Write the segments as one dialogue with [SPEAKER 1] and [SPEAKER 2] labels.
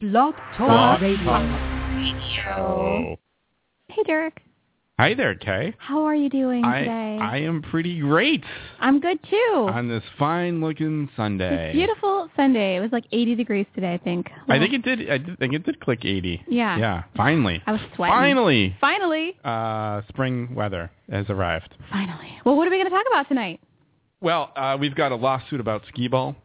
[SPEAKER 1] Blog Talk Radio.
[SPEAKER 2] Oh.
[SPEAKER 3] Hey, Derek.
[SPEAKER 2] Hi there, Kay.
[SPEAKER 3] How are you doing
[SPEAKER 2] I
[SPEAKER 3] today?
[SPEAKER 2] I am pretty great
[SPEAKER 3] am good too.
[SPEAKER 2] on this fine looking Sunday.
[SPEAKER 3] It's beautiful Sunday. It was like 80 degrees today, I think.
[SPEAKER 2] I think it did. I did think it did click eighty.
[SPEAKER 3] Yeah. Oh,
[SPEAKER 2] Yeah. Finally.
[SPEAKER 3] I was sweating.
[SPEAKER 2] Finally.
[SPEAKER 3] Finally.
[SPEAKER 2] Uh, spring weather has arrived.
[SPEAKER 3] Finally. Well, what are we going to talk about tonight?
[SPEAKER 2] Well, uh, we've got a lawsuit about skee ball.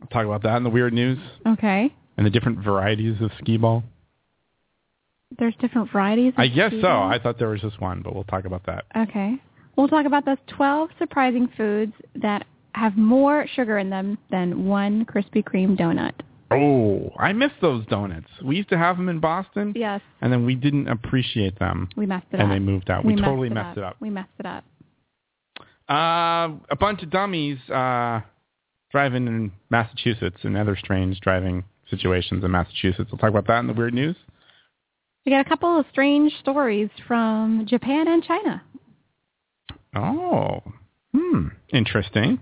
[SPEAKER 2] I'll talk about that in the weird news
[SPEAKER 3] Okay.
[SPEAKER 2] and the different varieties of skee ball.
[SPEAKER 3] There's different varieties. of
[SPEAKER 2] I guess
[SPEAKER 3] sea
[SPEAKER 2] so.
[SPEAKER 3] ball.
[SPEAKER 2] I thought there was just one, but we'll talk about that.
[SPEAKER 3] okay. We'll talk about those 12 surprising foods that have more sugar in them than one Krispy Kreme donut.
[SPEAKER 2] Oh, I miss those donuts. We used to have them in Boston,
[SPEAKER 3] Yes,
[SPEAKER 2] and then we didn't appreciate them,
[SPEAKER 3] we messed it
[SPEAKER 2] and
[SPEAKER 3] up.
[SPEAKER 2] they moved out.
[SPEAKER 3] we
[SPEAKER 2] we totally
[SPEAKER 3] messed it up. We messed it up.
[SPEAKER 2] Uh, a bunch of dummies uh, driving in Massachusetts and other strange driving situations in Massachusetts. We'll talk about that in the weird news.
[SPEAKER 3] We got a couple of strange stories from Japan and China.
[SPEAKER 2] Oh, hmm, interesting.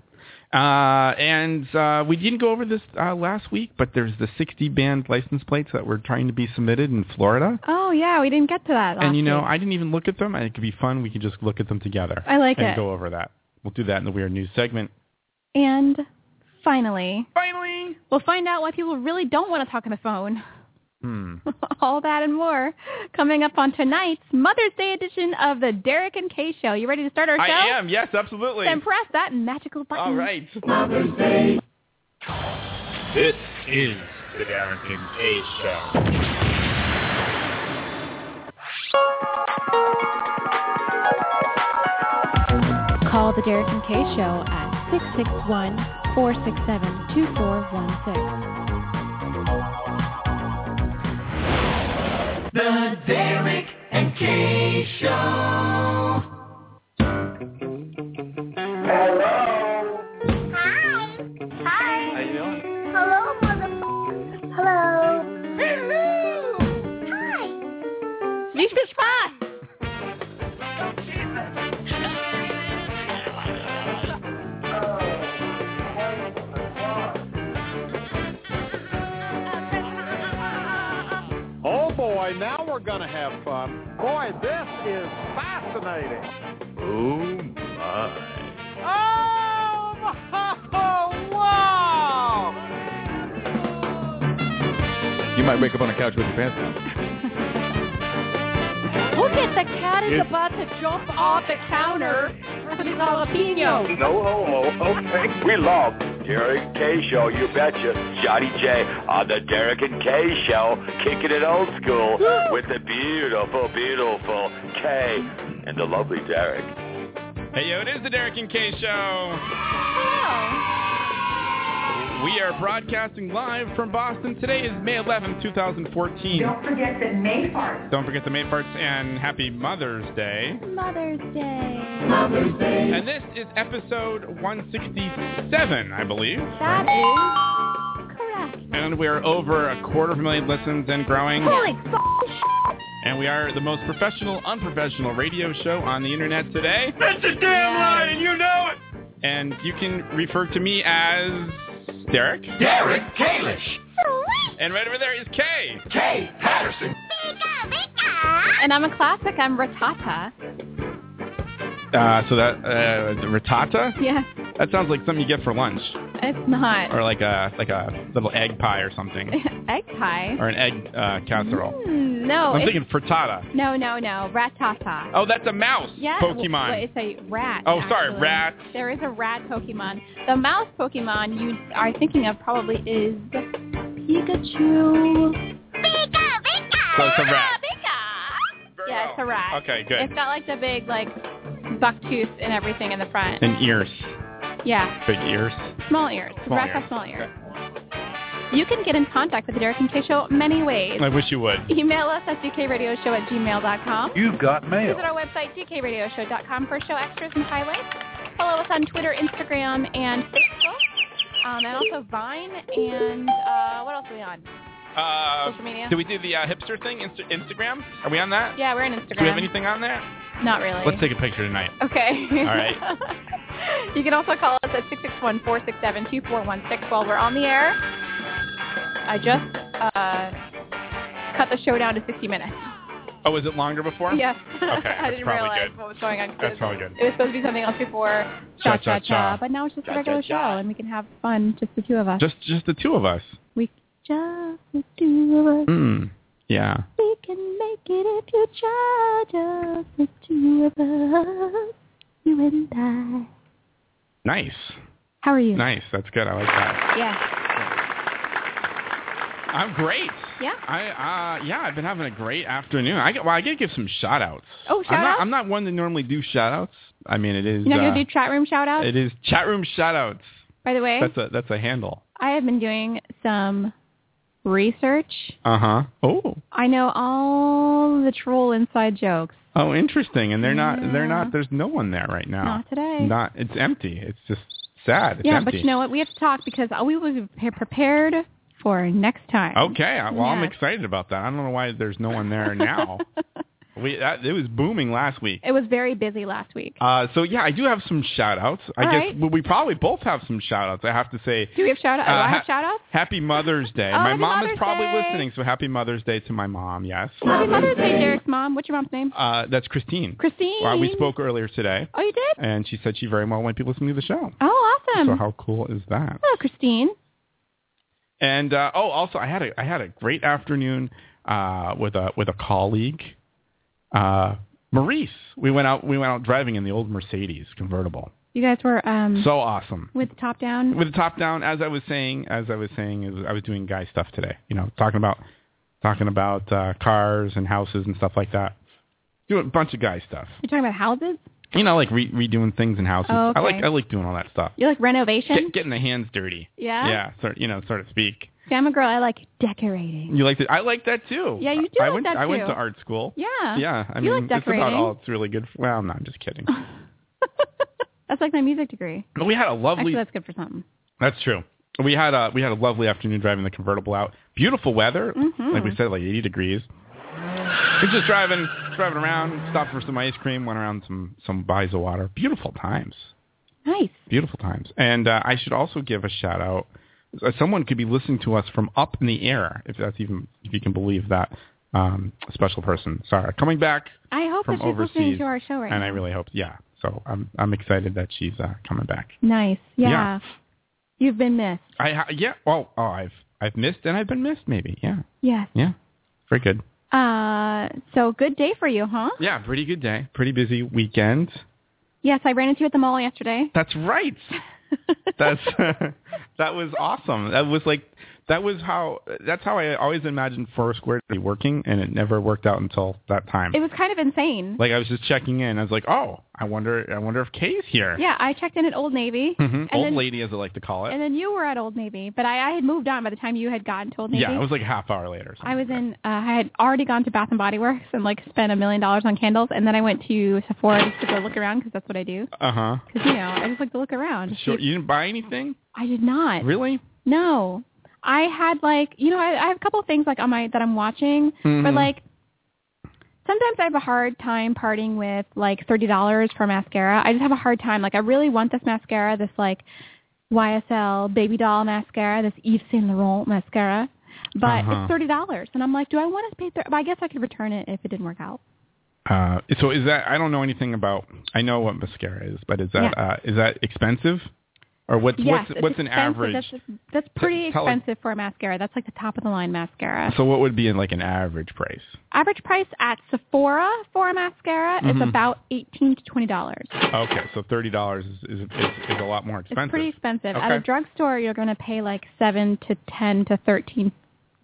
[SPEAKER 2] Uh, and uh, we didn't go over this uh, last week, but there's the 60 band license plates that were trying to be submitted in Florida.
[SPEAKER 3] Oh yeah, we didn't get to that. last
[SPEAKER 2] and you know,
[SPEAKER 3] week.
[SPEAKER 2] I didn't even look at them. and It could be fun. We could just look at them together
[SPEAKER 3] I like
[SPEAKER 2] and
[SPEAKER 3] it.
[SPEAKER 2] go over that. We'll do that in the weird news segment.
[SPEAKER 3] And finally,
[SPEAKER 2] Finally.
[SPEAKER 3] we'll find out why people really don't want to talk on the phone.
[SPEAKER 2] Hmm.
[SPEAKER 3] All that and more coming up on tonight's Mother's Day edition of the Derek and Kay Show. You ready to start our show?
[SPEAKER 2] I am. Yes, absolutely.
[SPEAKER 3] Then press that magical button.
[SPEAKER 2] All right.
[SPEAKER 4] This is the Darrington K Show.
[SPEAKER 3] Call the Derek and Kay Show at 661-467-2416.
[SPEAKER 5] Hi. Hi. How you doing? Hello, mother. Hello. Hello. Hi.
[SPEAKER 3] Nicht Spaß!
[SPEAKER 6] Oh boy, now we're gonna have fun. Boy, this is fascinating.
[SPEAKER 4] Oh my.
[SPEAKER 6] You might wake up on a couch with your pants down.
[SPEAKER 3] Look at the cat is about to jump off the counter from his jalapeno.
[SPEAKER 4] No homo. Okay. We love Derek K Show. You betcha. Johnny J on the Derek and K Show, kicking it old school with the beautiful, beautiful K and the lovely Derek.
[SPEAKER 2] Hey, yo, it is the Derek and Kay Show.
[SPEAKER 3] Oh.
[SPEAKER 2] We are broadcasting live from Boston. Today is May 11th, 2014.
[SPEAKER 7] Don't forget the May part.
[SPEAKER 2] Don't forget the May parts and happy Mother's Day.
[SPEAKER 3] Mother's Day.
[SPEAKER 2] And this is episode 167, I believe.
[SPEAKER 3] That is correct.
[SPEAKER 2] And we are over a quarter of a million listens and growing.
[SPEAKER 3] Holy f-
[SPEAKER 2] And we are the most professional, unprofessional radio show on the internet today.
[SPEAKER 4] That's a damn lie, and you know it.
[SPEAKER 2] And you can refer to me as Derek.
[SPEAKER 4] Derek Kalish.
[SPEAKER 5] Sweet.
[SPEAKER 2] And right over there is Kay.
[SPEAKER 4] K Patterson.
[SPEAKER 5] Bigger, bigger.
[SPEAKER 3] And I'm a classic. I'm Ratata.
[SPEAKER 2] Uh, so that uh, Ratata.
[SPEAKER 3] Yeah,
[SPEAKER 2] That sounds like something you get for lunch,
[SPEAKER 3] it's not.
[SPEAKER 2] or like a like a little egg pie or something,
[SPEAKER 3] Egg pie.
[SPEAKER 2] or an egg uh, casserole.
[SPEAKER 3] Mm, no.
[SPEAKER 2] I'm
[SPEAKER 3] it's-
[SPEAKER 2] thinking frittata.
[SPEAKER 3] no, no, no. Ratata.
[SPEAKER 2] Oh, that's a mouse
[SPEAKER 3] Yeah,
[SPEAKER 2] Pokemon.
[SPEAKER 3] Well, it's a rat.
[SPEAKER 2] Oh, sorry,
[SPEAKER 3] actually.
[SPEAKER 2] rat.
[SPEAKER 3] There is a rat Pokemon. The mouse Pokemon you are thinking of probably is Pikachu.
[SPEAKER 5] Bigger, bigger.
[SPEAKER 2] So it's a rat.
[SPEAKER 3] Pika.
[SPEAKER 2] Very
[SPEAKER 3] Yeah, it's a rat.
[SPEAKER 2] Okay, good.
[SPEAKER 3] It's got like the big like buck tooth and everything in the front.
[SPEAKER 2] and ears,
[SPEAKER 3] Yeah,
[SPEAKER 2] big ears.
[SPEAKER 3] small ears.
[SPEAKER 2] Small
[SPEAKER 3] rats
[SPEAKER 2] ears.
[SPEAKER 3] have small ears. You can get in contact with the Derek and Kay Show many ways.
[SPEAKER 2] I wish you would.
[SPEAKER 3] Email us at dkradioshow at gmail.com.
[SPEAKER 6] You've got mail.
[SPEAKER 3] Visit our website, dkradioshow.com, for show extras and highlights. Follow us on Twitter, Instagram, and Facebook. Um, and also Vine and uh, what else are we on?
[SPEAKER 2] Uh,
[SPEAKER 3] Social media?
[SPEAKER 2] do we do the uh, hipster thing? Insta- Instagram? Are we on that?
[SPEAKER 3] yeah, we're on
[SPEAKER 2] Do we have
[SPEAKER 3] Instagram.
[SPEAKER 2] anything on there?
[SPEAKER 3] Not really.
[SPEAKER 2] Let's take a picture tonight.
[SPEAKER 3] Okay.
[SPEAKER 2] All right.
[SPEAKER 3] you can also call us at 661-467-2416 while we're on the air. I just uh, cut the show down to 60 minutes.
[SPEAKER 2] Oh, is it longer before?
[SPEAKER 3] Yes. I
[SPEAKER 2] that's probably
[SPEAKER 3] didn't realize
[SPEAKER 2] good.
[SPEAKER 3] what was going on. 'cause
[SPEAKER 2] That's probably good.
[SPEAKER 3] It was supposed to be something else before
[SPEAKER 2] Cha, cha,
[SPEAKER 3] Cha Cha
[SPEAKER 2] cha.
[SPEAKER 3] Cha, but now it's just a
[SPEAKER 6] Cha, cha,
[SPEAKER 3] regular show,
[SPEAKER 6] cha.
[SPEAKER 3] and we can have fun, just the two of us.
[SPEAKER 2] Just just the two of us.
[SPEAKER 3] we just the two of us.
[SPEAKER 2] Mm. Yeah.
[SPEAKER 3] We can make it if you try, just the two of us, you and I.
[SPEAKER 2] Nice.
[SPEAKER 3] How are you?
[SPEAKER 2] Nice. That's good. I like that.
[SPEAKER 3] Yeah.
[SPEAKER 2] I'm great.
[SPEAKER 3] Yeah.
[SPEAKER 2] I uh yeah, I've been having a great afternoon. I get, well, I gotta give some shout outs. I'm
[SPEAKER 3] Oh,
[SPEAKER 2] not
[SPEAKER 3] shout-outs?
[SPEAKER 2] I'm not one to normally do shout outs. I mean it is
[SPEAKER 3] You're not
[SPEAKER 2] uh,
[SPEAKER 3] gonna do chat room shout outs?
[SPEAKER 2] it is chat room shout outs.
[SPEAKER 3] By the way,
[SPEAKER 2] That's a that's a handle.
[SPEAKER 3] I have been doing some research.
[SPEAKER 2] Uh huh. Oh.
[SPEAKER 3] I know all the troll inside jokes.
[SPEAKER 2] Oh, interesting. And they're not they're
[SPEAKER 3] Yeah.
[SPEAKER 2] not there's no one there right now.
[SPEAKER 3] Not today.
[SPEAKER 2] Not it's empty. It's just sad. It's
[SPEAKER 3] yeah,
[SPEAKER 2] empty.
[SPEAKER 3] but you know what? We have to talk because we will be prepared for next time.
[SPEAKER 2] Okay, I- well I'm
[SPEAKER 3] Yes.
[SPEAKER 2] excited about that. I don't know why there's no one there now. we that, it was booming last week.
[SPEAKER 3] it was very busy last week.
[SPEAKER 2] Uh, so yeah, I do have some shout outs. I
[SPEAKER 3] All
[SPEAKER 2] guess
[SPEAKER 3] right.
[SPEAKER 2] well, we probably both have some shout outs. I have to say
[SPEAKER 3] Do we have shout out?
[SPEAKER 2] uh,
[SPEAKER 3] I have
[SPEAKER 2] ha-
[SPEAKER 3] shout outs.
[SPEAKER 2] happy Mother's Day.
[SPEAKER 3] Oh,
[SPEAKER 2] my
[SPEAKER 3] happy
[SPEAKER 2] mom is
[SPEAKER 3] Mother's
[SPEAKER 2] probably
[SPEAKER 3] Day.
[SPEAKER 2] listening, so happy Mother's Day to my mom. Yes.
[SPEAKER 3] Happy Mother's Day, Derek's mom. What's your mom's name?
[SPEAKER 2] Uh, that's Christine.
[SPEAKER 3] Christine.
[SPEAKER 2] Well, we spoke earlier today,
[SPEAKER 3] Oh, you did?
[SPEAKER 2] and she said she very well might be listening to the show.
[SPEAKER 3] Oh, awesome.
[SPEAKER 2] so how cool is that?
[SPEAKER 3] Hello, Christine.
[SPEAKER 2] And uh, oh, also I had a I had a great afternoon uh, with a with a colleague, uh, Maurice. We went out we went out driving in the old Mercedes convertible.
[SPEAKER 3] You guys were um
[SPEAKER 2] So awesome.
[SPEAKER 3] with top down.
[SPEAKER 2] With the top down, as I was saying, as I was saying, is I was doing guy stuff today. You know, talking about talking about uh, cars and houses and stuff like that. Doing a bunch of guy stuff.
[SPEAKER 3] You're talking about houses.
[SPEAKER 2] You know, like re- redoing things in houses.
[SPEAKER 3] Oh,
[SPEAKER 2] I like
[SPEAKER 3] okay.
[SPEAKER 2] I like doing all that stuff.
[SPEAKER 3] You like renovation?
[SPEAKER 2] Get, getting the hands dirty.
[SPEAKER 3] yeah.
[SPEAKER 2] yeah sort, you know, sort of speak.
[SPEAKER 3] See, I'm a girl. I like decorating.
[SPEAKER 2] You like that? I like that too.
[SPEAKER 3] Yeah, you do
[SPEAKER 2] I
[SPEAKER 3] like
[SPEAKER 2] went,
[SPEAKER 3] that,
[SPEAKER 2] I went
[SPEAKER 3] too.
[SPEAKER 2] to art school.
[SPEAKER 3] Yeah.
[SPEAKER 2] Yeah, I
[SPEAKER 3] You
[SPEAKER 2] mean,
[SPEAKER 3] like
[SPEAKER 2] that's about
[SPEAKER 3] decorating.
[SPEAKER 2] all it's really good. For. Well, no, I'm just kidding.
[SPEAKER 3] that's like my music degree.
[SPEAKER 2] But we had a
[SPEAKER 3] Actually,
[SPEAKER 2] lovely.
[SPEAKER 3] that's good for something.
[SPEAKER 2] That's true. We had a we had a lovely afternoon driving the convertible out. Beautiful weather,
[SPEAKER 3] Mhm.
[SPEAKER 2] like we said, like 80 degrees. We're just driving driving around. Stopped for some ice cream. Went around some some buys of water. Beautiful times.
[SPEAKER 3] Nice.
[SPEAKER 2] Beautiful times. And uh, I should also give a shout out. uh, Someone could be listening to us from up in the air, if that's even if you can believe that. Um, special person, Sarah, coming back
[SPEAKER 3] I hope
[SPEAKER 2] from
[SPEAKER 3] that she's
[SPEAKER 2] overseas,
[SPEAKER 3] listening to our show right
[SPEAKER 2] and
[SPEAKER 3] now.
[SPEAKER 2] I really hope, yeah. So I'm I'm excited that she's uh, coming back.
[SPEAKER 3] nice. Yeah.
[SPEAKER 2] Yeah.
[SPEAKER 3] You've been missed.
[SPEAKER 2] I ha- yeah. Oh oh, I've I've missed and I've been missed. Maybe yeah
[SPEAKER 3] Yes.
[SPEAKER 2] yeah. Very good.
[SPEAKER 3] Uh, so good day for you, huh?
[SPEAKER 2] Yeah, pretty good day. Pretty busy weekend.
[SPEAKER 3] Yes, I ran into you at the mall yesterday.
[SPEAKER 2] That's right. That's that was awesome. That was like that was how that's how I always imagined Foursquare to be working, and it never worked out until that time.
[SPEAKER 3] it was kind of insane.
[SPEAKER 2] like I was just checking in. I was like, oh, I wonder I wonder if Kay's here.
[SPEAKER 3] yeah, I checked in at Old Navy,
[SPEAKER 2] hmm
[SPEAKER 3] and
[SPEAKER 2] Old
[SPEAKER 3] then
[SPEAKER 2] lady, as I like to call it.
[SPEAKER 3] and then you were at Old Navy, but I, I had moved on by the time you had gotten to Old Navy.
[SPEAKER 2] Yeah, it was like a half hour later. or something
[SPEAKER 3] I was
[SPEAKER 2] like
[SPEAKER 3] in. Uh, I had already gone to Bath and Body Works and like spent a million dollars on candles, and then I went to Sephora just to go look around because that's what I do.
[SPEAKER 2] that. Uh huh.
[SPEAKER 3] Because you know, I just like to look around. to see
[SPEAKER 2] Sure.
[SPEAKER 3] if-
[SPEAKER 2] You didn't buy anything?
[SPEAKER 3] I did not.
[SPEAKER 2] Really?
[SPEAKER 3] No, I had like you know I, I have a couple of things like on my that I'm watching, but
[SPEAKER 2] Mhm.
[SPEAKER 3] like sometimes I have a hard time parting with like thirty dollars for mascara. I just have a hard time. Like I really want this mascara, this like YSL baby doll mascara, this Yves Saint Laurent mascara, but
[SPEAKER 2] Uh-huh.
[SPEAKER 3] it's thirty dollars, and I'm like, do I want to pay? Thir- but I guess I could return it if it didn't work out.
[SPEAKER 2] Uh, so is that? I don't know anything about. I know what mascara is, but is that uh, is that expensive, or what's
[SPEAKER 3] yes,
[SPEAKER 2] what's
[SPEAKER 3] it's
[SPEAKER 2] what's an
[SPEAKER 3] expensive.
[SPEAKER 2] average?
[SPEAKER 3] That's, that's pretty
[SPEAKER 2] tell us-
[SPEAKER 3] expensive for a mascara. That's like the top of the line mascara.
[SPEAKER 2] so what would be like an average price?
[SPEAKER 3] average price at Sephora for a mascara
[SPEAKER 2] Mhm.
[SPEAKER 3] is about eighteen to twenty dollars.
[SPEAKER 2] Okay, so thirty dollars is is, is is a lot more expensive.
[SPEAKER 3] It's pretty expensive. At
[SPEAKER 2] Okay.
[SPEAKER 3] a drugstore, you're going to pay like seven to ten to thirteen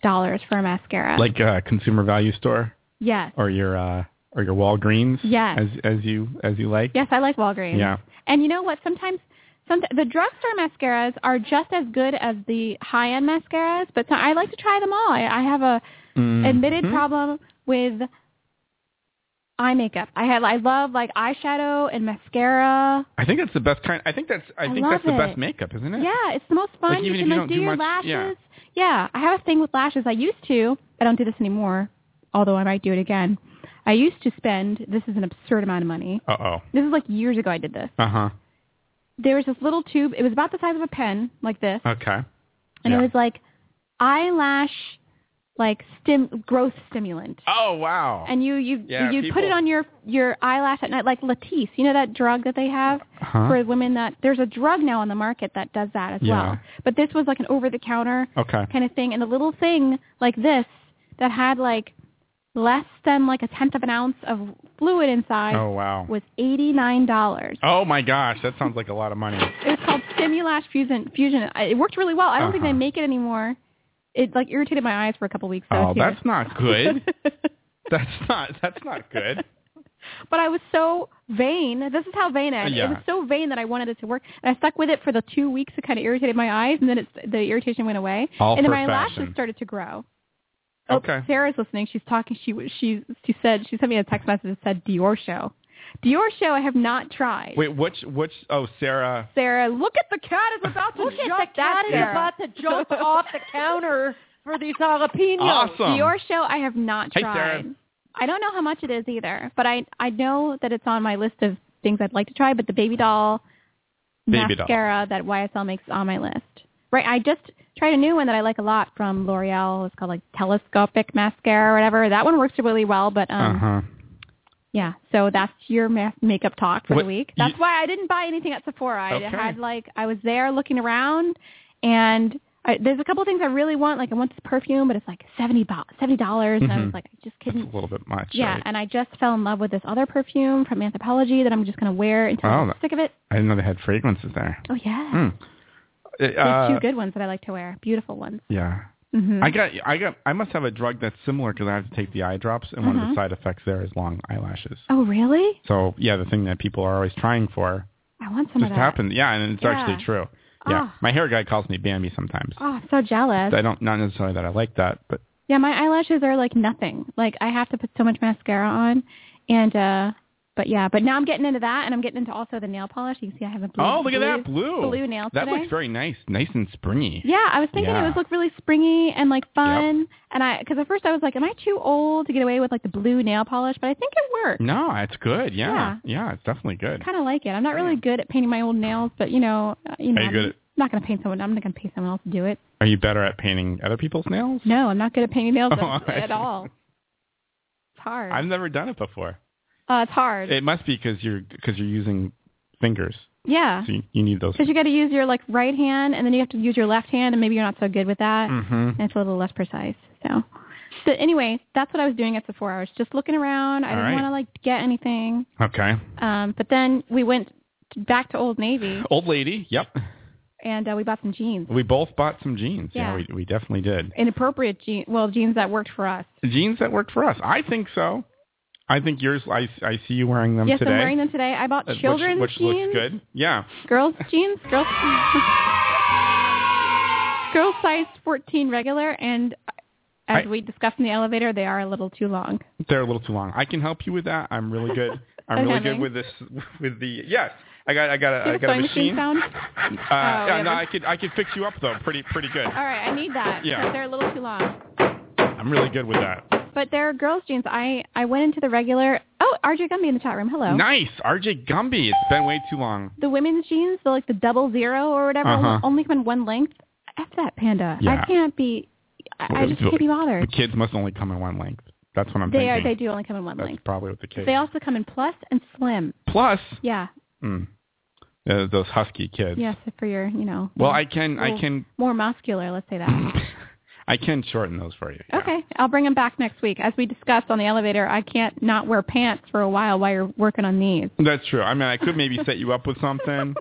[SPEAKER 3] dollars for a mascara.
[SPEAKER 2] like a consumer value store
[SPEAKER 3] yes,
[SPEAKER 2] or your uh, or your Walgreens.
[SPEAKER 3] Yes.
[SPEAKER 2] As as you as you like.
[SPEAKER 3] yes, I like Walgreens.
[SPEAKER 2] Yeah.
[SPEAKER 3] And you know what? Sometimes, some the drugstore mascaras are just as good as the high end mascaras, but so, I like to try them all. I, I have a admitted
[SPEAKER 2] Mhm.
[SPEAKER 3] problem with eye makeup. I have I love like eyeshadow and mascara.
[SPEAKER 2] I think that's the best kind. I think that's I,
[SPEAKER 3] I
[SPEAKER 2] think
[SPEAKER 3] love
[SPEAKER 2] that's the best
[SPEAKER 3] it.
[SPEAKER 2] makeup, isn't it?
[SPEAKER 3] Yeah, it's the most fun.
[SPEAKER 2] Like, even if
[SPEAKER 3] you can
[SPEAKER 2] you
[SPEAKER 3] like
[SPEAKER 2] don't
[SPEAKER 3] do,
[SPEAKER 2] do
[SPEAKER 3] your
[SPEAKER 2] much- yeah.
[SPEAKER 3] lashes. Yeah. I have a thing with lashes. I used to, I don't do this anymore, although I might do it again. I used to spend this is an absurd amount of money.
[SPEAKER 2] Uh oh.
[SPEAKER 3] This is like years ago I did this.
[SPEAKER 2] Uh huh.
[SPEAKER 3] There was this little tube, it was about the size of a pen, like this,
[SPEAKER 2] Okay.
[SPEAKER 3] and
[SPEAKER 2] yeah.
[SPEAKER 3] it was like eyelash like stim growth stimulant.
[SPEAKER 2] Oh wow.
[SPEAKER 3] And you you
[SPEAKER 2] Yeah,
[SPEAKER 3] you put
[SPEAKER 2] people-
[SPEAKER 3] it on your your eyelash at night, like Latisse. You know that drug that they have
[SPEAKER 2] Huh?
[SPEAKER 3] for women that there's a drug now on the market that does that as
[SPEAKER 2] Yeah.
[SPEAKER 3] well. But this was like an over the counter
[SPEAKER 2] Okay.
[SPEAKER 3] kind of thing, and a little thing like this that had like less than like a tenth of an ounce of fluid inside
[SPEAKER 2] Oh wow.
[SPEAKER 3] was eighty nine dollars.
[SPEAKER 2] Oh my gosh, that sounds like a lot of money.
[SPEAKER 3] It was called Stimulash Fusion. Fusion. I- It worked really well. I don't think they
[SPEAKER 2] Uh-huh.
[SPEAKER 3] make it anymore. It like irritated my eyes for a couple weeks. so I
[SPEAKER 2] Oh,
[SPEAKER 3] was here.
[SPEAKER 2] that's not good. That's not that's not good.
[SPEAKER 3] but I was so vain. This is how vain I am.
[SPEAKER 2] Yeah.
[SPEAKER 3] It was so vain that I wanted it to work. And I stuck with it for the two weeks. It kind of irritated my eyes, and then it's the irritation went away.
[SPEAKER 2] All
[SPEAKER 3] and then
[SPEAKER 2] for
[SPEAKER 3] my
[SPEAKER 2] fashion.
[SPEAKER 3] lashes started to grow. Oh,
[SPEAKER 2] Okay.
[SPEAKER 3] Sarah's listening. She's talking. She was- she she said she sent me a text message that said Dior show. Dior show. I have not tried.
[SPEAKER 2] Wait, which which oh Sarah
[SPEAKER 3] Sarah, look at the cat is about to
[SPEAKER 8] Look at
[SPEAKER 3] jump
[SPEAKER 8] the cat is
[SPEAKER 3] Sarah.
[SPEAKER 8] about to jump off the counter for these jalapenos.
[SPEAKER 2] Awesome.
[SPEAKER 3] Your show I have not
[SPEAKER 2] Hey,
[SPEAKER 3] tried.
[SPEAKER 2] Sarah.
[SPEAKER 3] I don't know how much it is either, but I I know that it's on my list of things I'd like to try, but the baby doll
[SPEAKER 2] Baby doll.
[SPEAKER 3] mascara that YSL makes is on my list. Right. I just tried a new one that I like a lot from L'Oreal. It's called like telescopic mascara or whatever. That one works really well, but um
[SPEAKER 2] Uh-huh.
[SPEAKER 3] yeah. So that's your ma- makeup talk for
[SPEAKER 2] What-
[SPEAKER 3] the week. That's
[SPEAKER 2] you-
[SPEAKER 3] why I didn't buy anything at Sephora. I
[SPEAKER 2] Okay.
[SPEAKER 3] had like I was there looking around, and I, there's a couple things I really want. Like I want this perfume, but it's like seventy seventy dollars, and I was
[SPEAKER 2] Mhm.
[SPEAKER 3] like, I just
[SPEAKER 2] That's a
[SPEAKER 3] couldn't.
[SPEAKER 2] little bit much.
[SPEAKER 3] Yeah,
[SPEAKER 2] right?
[SPEAKER 3] and I just fell in love with this other perfume from Anthropology that I'm just gonna wear until
[SPEAKER 2] Oh,
[SPEAKER 3] I'm
[SPEAKER 2] that-
[SPEAKER 3] sick of it.
[SPEAKER 2] I didn't know they had fragrances there.
[SPEAKER 3] Oh yeah,
[SPEAKER 2] Hmm. Uh,
[SPEAKER 3] there's
[SPEAKER 2] uh,
[SPEAKER 3] two good ones that I like to wear, beautiful ones.
[SPEAKER 2] yeah.
[SPEAKER 3] hmm
[SPEAKER 2] I got I got I must have a drug that's similar because I have to take the eye drops and one of
[SPEAKER 3] Mhm.
[SPEAKER 2] the side effects there is long eyelashes.
[SPEAKER 3] oh really?
[SPEAKER 2] So yeah, the thing that people are always trying for
[SPEAKER 3] I want some
[SPEAKER 2] just
[SPEAKER 3] of that.
[SPEAKER 2] happened. Yeah, and it's
[SPEAKER 3] Oh Yeah.
[SPEAKER 2] actually true. Yeah,
[SPEAKER 3] Ah.
[SPEAKER 2] my hair guy calls me Bambi sometimes.
[SPEAKER 3] Oh, I'm so jealous.
[SPEAKER 2] I don't not necessarily that I like that, but
[SPEAKER 3] Yeah, my eyelashes are like nothing. Like I have to put so much mascara on, and uh but yeah, but now I'm getting into that, and I'm getting into also the nail polish. You can see I have a blue.
[SPEAKER 2] oh look at
[SPEAKER 3] blue-
[SPEAKER 2] that blue
[SPEAKER 3] blue nail
[SPEAKER 2] That
[SPEAKER 3] today.
[SPEAKER 2] looks very nice, nice and springy.
[SPEAKER 3] Yeah, I was thinking
[SPEAKER 2] Yeah.
[SPEAKER 3] it would look really springy and like fun, and I because at first I was like, am I too old to get away with like the blue nail polish? But I think it worked.
[SPEAKER 2] No, it's good. Yeah, yeah, it's definitely good.
[SPEAKER 3] Kind of like it. I'm not really good at painting my old nails, but you know, uh, you know,
[SPEAKER 2] Are you
[SPEAKER 3] I'm
[SPEAKER 2] good at-
[SPEAKER 3] not going to paint someone. I'm not going to pay someone else to do it.
[SPEAKER 2] Are you better at painting other people's nails?
[SPEAKER 3] No, I'm not good at painting nails
[SPEAKER 2] Oh,
[SPEAKER 3] at,
[SPEAKER 2] I
[SPEAKER 3] at
[SPEAKER 2] see.
[SPEAKER 3] all. It's hard.
[SPEAKER 2] I've never done it before.
[SPEAKER 3] uh, it's hard.
[SPEAKER 2] It must be because you're because you're using fingers,
[SPEAKER 3] yeah.
[SPEAKER 2] so you, you need those.
[SPEAKER 3] Because you got to use your like right hand, and then you have to use your left hand, and maybe you're not so good with that,
[SPEAKER 2] hmm
[SPEAKER 3] and it's a little less precise. So, so anyway, that's what I was doing at Sephora. I was just looking around. I
[SPEAKER 2] All
[SPEAKER 3] didn't
[SPEAKER 2] right.
[SPEAKER 3] want to like get anything.
[SPEAKER 2] Okay,
[SPEAKER 3] Um, but then we went back to Old Navy,
[SPEAKER 2] old lady. Yep,
[SPEAKER 3] and uh, we bought some jeans.
[SPEAKER 2] we both bought some jeans. Yeah,
[SPEAKER 3] Yeah.
[SPEAKER 2] we we definitely did
[SPEAKER 3] Inappropriate jeans. Well, jeans that worked for us.
[SPEAKER 2] jeans that worked for us. I think so. I think yours. I I see you wearing them
[SPEAKER 3] yes,
[SPEAKER 2] today.
[SPEAKER 3] I'm wearing them today. I bought
[SPEAKER 2] uh,
[SPEAKER 3] children's
[SPEAKER 2] which, which looks
[SPEAKER 3] jeans,
[SPEAKER 2] good. Yeah.
[SPEAKER 3] girls' jeans, girls. Girl size 14 regular, and as
[SPEAKER 2] I-
[SPEAKER 3] we discussed in the elevator, they are a little too long.
[SPEAKER 2] They're a little too long. I can help you with that. I'm really good. I'm really
[SPEAKER 3] Hemming.
[SPEAKER 2] good with this. With the yes, I got I got a,
[SPEAKER 3] Do you
[SPEAKER 2] I
[SPEAKER 3] have a
[SPEAKER 2] got a
[SPEAKER 3] sewing machine
[SPEAKER 2] machine.
[SPEAKER 3] sound? Oh,
[SPEAKER 2] Uh,
[SPEAKER 3] we
[SPEAKER 2] yeah,
[SPEAKER 3] have
[SPEAKER 2] no,
[SPEAKER 3] a-
[SPEAKER 2] I could I could fix you up though. Pretty pretty good.
[SPEAKER 3] All right, I need that.
[SPEAKER 2] Yeah.
[SPEAKER 3] because They're a little too long.
[SPEAKER 2] I'm really good with that.
[SPEAKER 3] But they're girls' jeans. I, I went into the regular. Oh, RJ Gumby in the chat room. Hello.
[SPEAKER 2] Nice, RJ Gumby. It's been way too long.
[SPEAKER 3] The women's jeans, the like the double zero or whatever,
[SPEAKER 2] Uh-huh.
[SPEAKER 3] only- only come in one length. F that panda.
[SPEAKER 2] Yeah.
[SPEAKER 3] I can't be. I, I just can't be
[SPEAKER 2] The
[SPEAKER 3] bothered.
[SPEAKER 2] kids must only come in one length. That's what I'm
[SPEAKER 3] They are.
[SPEAKER 2] thinking.
[SPEAKER 3] They do only come in one
[SPEAKER 2] That's
[SPEAKER 3] length.
[SPEAKER 2] probably what the case.
[SPEAKER 3] They also come in plus and slim.
[SPEAKER 2] Plus,
[SPEAKER 3] Yeah.
[SPEAKER 2] mm, uh, those husky kids.
[SPEAKER 3] Yes, for your you know.
[SPEAKER 2] Well, I can I
[SPEAKER 3] Well-
[SPEAKER 2] can
[SPEAKER 3] more muscular. Let's say that.
[SPEAKER 2] I can shorten those for you. yeah.
[SPEAKER 3] Okay, I'll bring them back next week. As we discussed on the elevator, I can't not wear pants for a while while you're working on these.
[SPEAKER 2] That's true. I mean, I could maybe set you up with something.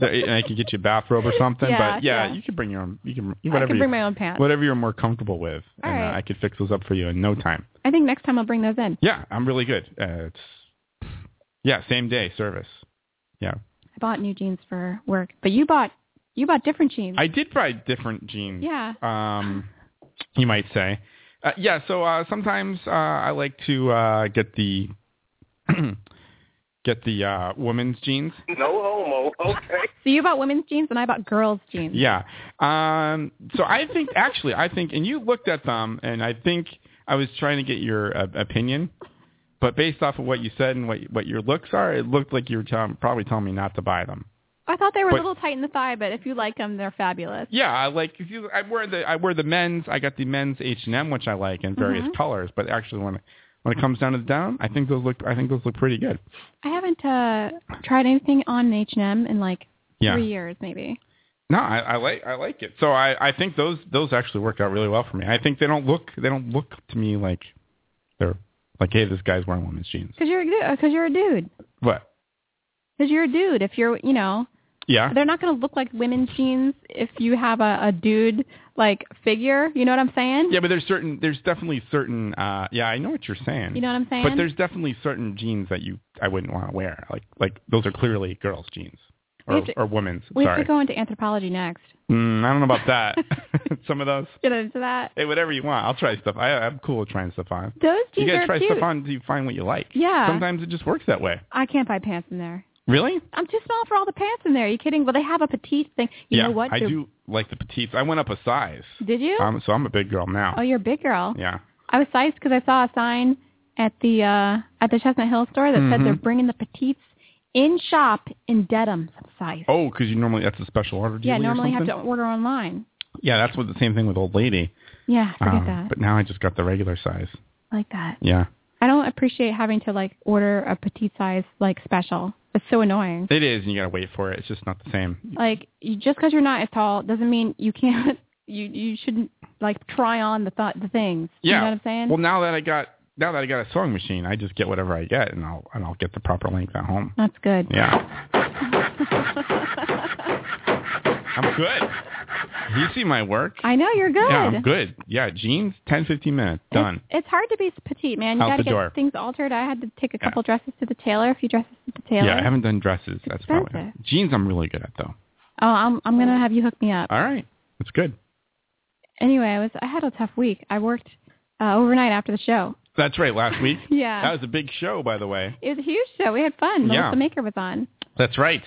[SPEAKER 2] that, and I could get you a bathrobe or something.
[SPEAKER 3] Yeah,
[SPEAKER 2] but yeah,
[SPEAKER 3] yeah.
[SPEAKER 2] you could bring your own. You can you-
[SPEAKER 3] I
[SPEAKER 2] whatever.
[SPEAKER 3] can
[SPEAKER 2] you-
[SPEAKER 3] bring my own pants.
[SPEAKER 2] Whatever you're more comfortable with,
[SPEAKER 3] All
[SPEAKER 2] and
[SPEAKER 3] right.
[SPEAKER 2] uh, I could fix those up for you in no time.
[SPEAKER 3] I think next time I'll bring those in.
[SPEAKER 2] Yeah, I'm really good. Uh, it's yeah, same day service.
[SPEAKER 3] I bought new jeans for work, but you bought you bought different jeans.
[SPEAKER 2] I did buy different jeans.
[SPEAKER 3] yeah.
[SPEAKER 2] um, you might say. Uh, yeah, so uh, sometimes uh, I like to uh, get the get the uh, women's jeans.
[SPEAKER 4] No homo. Okay.
[SPEAKER 3] So you bought women's jeans and I bought girls' jeans.
[SPEAKER 2] Yeah. Um, so I think actually I think, and you looked at them, and I think I was trying to get your uh, opinion, but based off of what you said and what what your looks are, it looked like you were telling, probably telling me not to buy them.
[SPEAKER 3] I thought they were
[SPEAKER 2] But-
[SPEAKER 3] a little tight in the thigh, but if you like them, they're fabulous.
[SPEAKER 2] Yeah, I like if you, I wear the I wear the men's. I got the men's H and M, which I like in various colors. But actually, when when it comes down to the down, I think those look I think those look pretty good.
[SPEAKER 3] I haven't uh tried anything on H and M in like
[SPEAKER 2] Yeah.
[SPEAKER 3] three years, maybe.
[SPEAKER 2] No, I, I like I like it. So I, I think those those actually worked out really well for me. I think they don't look they don't look to me like they're like hey this guy's wearing women's jeans.
[SPEAKER 3] Because you're because you're a dude.
[SPEAKER 2] But
[SPEAKER 3] Because you're a dude. If you're you know
[SPEAKER 2] yeah,
[SPEAKER 3] they're not going to look like women's jeans if you have a, a dude like figure. You know what I'm saying?
[SPEAKER 2] yeah, but there's certain there's definitely certain uh yeah I know what you're saying.
[SPEAKER 3] You know what I'm saying?
[SPEAKER 2] but there's definitely certain jeans that you I wouldn't want to wear. Like like those are clearly girls' jeans
[SPEAKER 3] We
[SPEAKER 2] or
[SPEAKER 3] have to-
[SPEAKER 2] or women's.
[SPEAKER 3] we have
[SPEAKER 2] sorry,
[SPEAKER 3] to go into anthropology next.
[SPEAKER 2] mm, I don't know about that. Some of those.
[SPEAKER 3] Get into that.
[SPEAKER 2] Hey, whatever you want. I'll try stuff. I, I'm cool with trying stuff on.
[SPEAKER 3] Those
[SPEAKER 2] You
[SPEAKER 3] jeans
[SPEAKER 2] gotta
[SPEAKER 3] are
[SPEAKER 2] try
[SPEAKER 3] cute.
[SPEAKER 2] stuff on until you find what you like.
[SPEAKER 3] Yeah.
[SPEAKER 2] Sometimes it just works that way.
[SPEAKER 3] I can't buy pants in there.
[SPEAKER 2] Really?
[SPEAKER 3] I'm too small for all the pants in there. Are you kidding? Well, they have a petite thing. You
[SPEAKER 2] yeah,
[SPEAKER 3] know what?
[SPEAKER 2] I
[SPEAKER 3] Did-
[SPEAKER 2] do like the petites. I went up a size.
[SPEAKER 3] Did you?
[SPEAKER 2] Um, so I'm a big girl now.
[SPEAKER 3] oh, you're a big girl.
[SPEAKER 2] yeah.
[SPEAKER 3] I was sized because I saw a sign at the uh at the Chestnut Hill store that said
[SPEAKER 2] Mhm.
[SPEAKER 3] they're bringing the petites in shop in Dedham size.
[SPEAKER 2] Oh, because you normally that's a special order.
[SPEAKER 3] yeah,
[SPEAKER 2] dealer or
[SPEAKER 3] normally you have to
[SPEAKER 2] something?
[SPEAKER 3] order online.
[SPEAKER 2] Yeah, that's what the same thing with old lady.
[SPEAKER 3] Yeah, forget
[SPEAKER 2] Um,
[SPEAKER 3] that.
[SPEAKER 2] But now I just got the regular size.
[SPEAKER 3] I like that.
[SPEAKER 2] Yeah,
[SPEAKER 3] I don't appreciate having to like order a petite size like special. It's so annoying.
[SPEAKER 2] it is, and you gotta wait for it. It's just not the same.
[SPEAKER 3] Like you, just because you're not as tall doesn't mean you can't. You you shouldn't like try on the th- the things.
[SPEAKER 2] Yeah.
[SPEAKER 3] You know what I'm saying?
[SPEAKER 2] Well, now that I got now that I got a sewing machine, I just get whatever I get, and I'll and I'll get the proper length at home.
[SPEAKER 3] That's good.
[SPEAKER 2] Yeah. I'm good. You see my work?
[SPEAKER 3] I know you're good.
[SPEAKER 2] Yeah, I'm good. Yeah, jeans, 10, 15 minutes, done.
[SPEAKER 3] It's, it's hard to be petite, man. You
[SPEAKER 2] Out
[SPEAKER 3] got
[SPEAKER 2] the
[SPEAKER 3] to get
[SPEAKER 2] door.
[SPEAKER 3] things altered. I had to take a
[SPEAKER 2] Yeah.
[SPEAKER 3] couple dresses to the tailor. A few dresses to the tailor.
[SPEAKER 2] Yeah, I haven't done dresses. That's probably
[SPEAKER 3] expensive.
[SPEAKER 2] jeans. I'm really good at though.
[SPEAKER 3] oh, I'm I'm gonna have you hook me up.
[SPEAKER 2] All right, that's good.
[SPEAKER 3] Anyway, I was I had a tough week. I worked uh, overnight after the show.
[SPEAKER 2] That's right. Last week.
[SPEAKER 3] Yeah.
[SPEAKER 2] That was a big show, by the way.
[SPEAKER 3] It was a huge show. We had fun.
[SPEAKER 2] Yeah.
[SPEAKER 3] Melissa Maker was on.
[SPEAKER 2] That's right.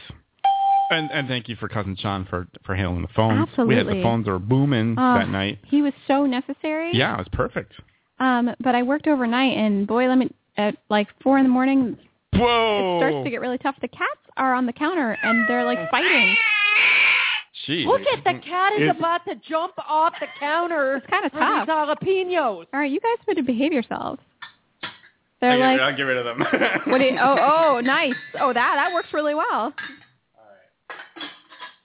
[SPEAKER 2] And and thank you for cousin Sean for for handling the phones. We had the
[SPEAKER 3] Absolutely.
[SPEAKER 2] phones that were booming
[SPEAKER 3] Oh,
[SPEAKER 2] that night.
[SPEAKER 3] He was so necessary.
[SPEAKER 2] Yeah, it was perfect.
[SPEAKER 3] Um, but I worked overnight, and boy, let me at like four in the morning,
[SPEAKER 2] Whoa.
[SPEAKER 3] it starts
[SPEAKER 2] Oh.
[SPEAKER 3] to get really tough. The cats are on the counter, and they're like fighting.
[SPEAKER 2] Jeez.
[SPEAKER 8] Look at the cat is
[SPEAKER 2] It's-
[SPEAKER 8] about to jump off the counter
[SPEAKER 3] It's kind of
[SPEAKER 8] for
[SPEAKER 3] tough.
[SPEAKER 8] these jalapenos.
[SPEAKER 3] All right, you guys better behave yourselves. They're
[SPEAKER 2] I'll,
[SPEAKER 3] like,
[SPEAKER 2] get, I'll get rid of them.
[SPEAKER 3] what? Do you, oh, oh, nice. Oh, that that works really well.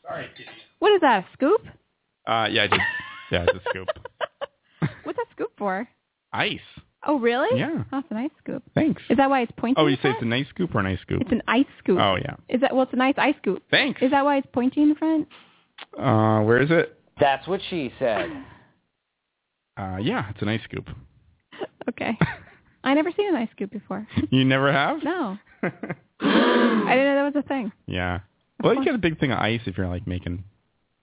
[SPEAKER 2] Sorry, kitty.
[SPEAKER 3] What is that? A scoop? oh.
[SPEAKER 2] Uh, yeah, just, yeah, it's a scoop.
[SPEAKER 3] What's that scoop for?
[SPEAKER 2] Ice.
[SPEAKER 3] Oh, really?
[SPEAKER 2] Yeah.
[SPEAKER 3] Oh, it's an ice scoop.
[SPEAKER 2] Thanks.
[SPEAKER 3] Is that why it's pointy?
[SPEAKER 2] Oh, you
[SPEAKER 3] in the
[SPEAKER 2] say it's
[SPEAKER 3] front?
[SPEAKER 2] a nice scoop or an ice scoop?
[SPEAKER 3] It's an ice scoop.
[SPEAKER 2] Oh yeah.
[SPEAKER 3] Is that well? It's a nice ice scoop.
[SPEAKER 2] Thanks.
[SPEAKER 3] Is that why it's pointy in the front?
[SPEAKER 2] uh, where is it?
[SPEAKER 1] That's what she said.
[SPEAKER 2] Uh, yeah, it's an ice scoop.
[SPEAKER 3] Okay. I never seen an ice scoop before.
[SPEAKER 2] You never have?
[SPEAKER 3] No, I didn't know that was a thing.
[SPEAKER 2] yeah. Well, you
[SPEAKER 3] course.
[SPEAKER 2] get a big thing of ice if you're like making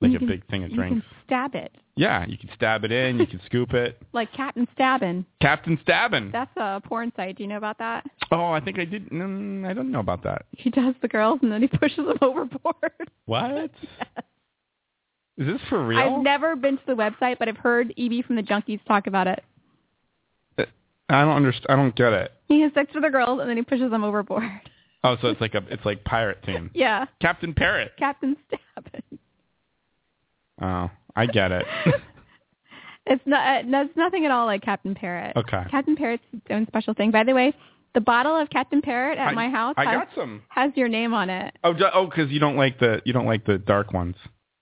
[SPEAKER 2] like
[SPEAKER 3] You
[SPEAKER 2] a
[SPEAKER 3] can-
[SPEAKER 2] big thing of
[SPEAKER 3] You can
[SPEAKER 2] drinks.
[SPEAKER 3] stab it
[SPEAKER 2] Yeah, you can stab it in. You can scoop it.
[SPEAKER 3] like Captain Stabbin.
[SPEAKER 2] Captain Stabbin.
[SPEAKER 3] That's a porn site. Do you know about that?
[SPEAKER 2] Oh, I think I did. Mm, I don't know about that.
[SPEAKER 3] He does the girls and then he pushes them overboard.
[SPEAKER 2] What? Is this for real?
[SPEAKER 3] I've never been to the website, but I've heard EB from the Junkies talk about it.
[SPEAKER 2] I don't understand. I don't get it.
[SPEAKER 3] He has sex with the girls and then he pushes them overboard.
[SPEAKER 2] Oh, so it's like a it's like pirate theme.
[SPEAKER 3] Yeah,
[SPEAKER 2] Captain Parrot.
[SPEAKER 3] Captain Stabbin.
[SPEAKER 2] Oh, I get it.
[SPEAKER 3] It's not. uh, no, It's nothing at all like Captain Parrot.
[SPEAKER 2] Okay.
[SPEAKER 3] Captain Parrot's its own special thing. By the way, the bottle of Captain Parrot at
[SPEAKER 2] I-
[SPEAKER 3] my house
[SPEAKER 2] I
[SPEAKER 3] has,
[SPEAKER 2] got some.
[SPEAKER 3] has your name on it.
[SPEAKER 2] Oh, ju- oh, because you don't like the you don't like the dark ones.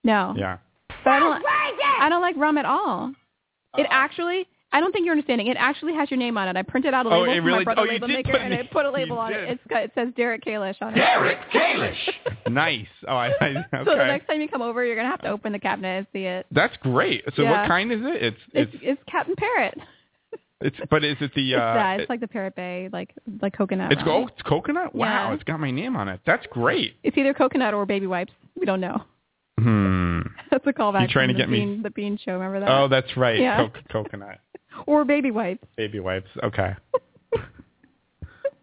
[SPEAKER 3] No.
[SPEAKER 2] Yeah.
[SPEAKER 3] But I don't. I don't like rum at all. It actually. I don't think you're understanding. It actually has your name on it. I printed out a
[SPEAKER 2] Oh,
[SPEAKER 3] label
[SPEAKER 2] it
[SPEAKER 3] from
[SPEAKER 2] really-
[SPEAKER 3] my brother
[SPEAKER 2] oh, you
[SPEAKER 3] label
[SPEAKER 2] did
[SPEAKER 3] maker,
[SPEAKER 2] put
[SPEAKER 3] and I
[SPEAKER 2] it-
[SPEAKER 3] put a label
[SPEAKER 2] you
[SPEAKER 3] on
[SPEAKER 2] did.
[SPEAKER 3] it. It's got, it says Derek Kalish on it.
[SPEAKER 4] Derek Kalish.
[SPEAKER 2] nice. Oh, I, I okay.
[SPEAKER 3] So the next time you come over, you're gonna have to open the cabinet and see it.
[SPEAKER 2] That's great. So what
[SPEAKER 3] Yeah.
[SPEAKER 2] kind is it? It's
[SPEAKER 3] It's
[SPEAKER 2] it's
[SPEAKER 3] it's, Captain Parrot.
[SPEAKER 2] it's, but is it the
[SPEAKER 3] It's
[SPEAKER 2] uh
[SPEAKER 3] that. It's like the Parrot Bay, like like coconut.
[SPEAKER 2] it's,
[SPEAKER 3] rum.
[SPEAKER 2] oh, it's coconut? Wow,
[SPEAKER 3] Yeah.
[SPEAKER 2] it's got my name on it. That's great.
[SPEAKER 3] It's either coconut or baby wipes. We don't know.
[SPEAKER 2] Hmm.
[SPEAKER 3] That's a callback.
[SPEAKER 2] You trying
[SPEAKER 3] from
[SPEAKER 2] to get
[SPEAKER 3] the
[SPEAKER 2] me-
[SPEAKER 3] bean, The bean show. Remember that?
[SPEAKER 2] Oh, that's right.
[SPEAKER 3] Yeah.
[SPEAKER 2] Co- coconut
[SPEAKER 3] or baby wipes.
[SPEAKER 2] baby wipes. Okay.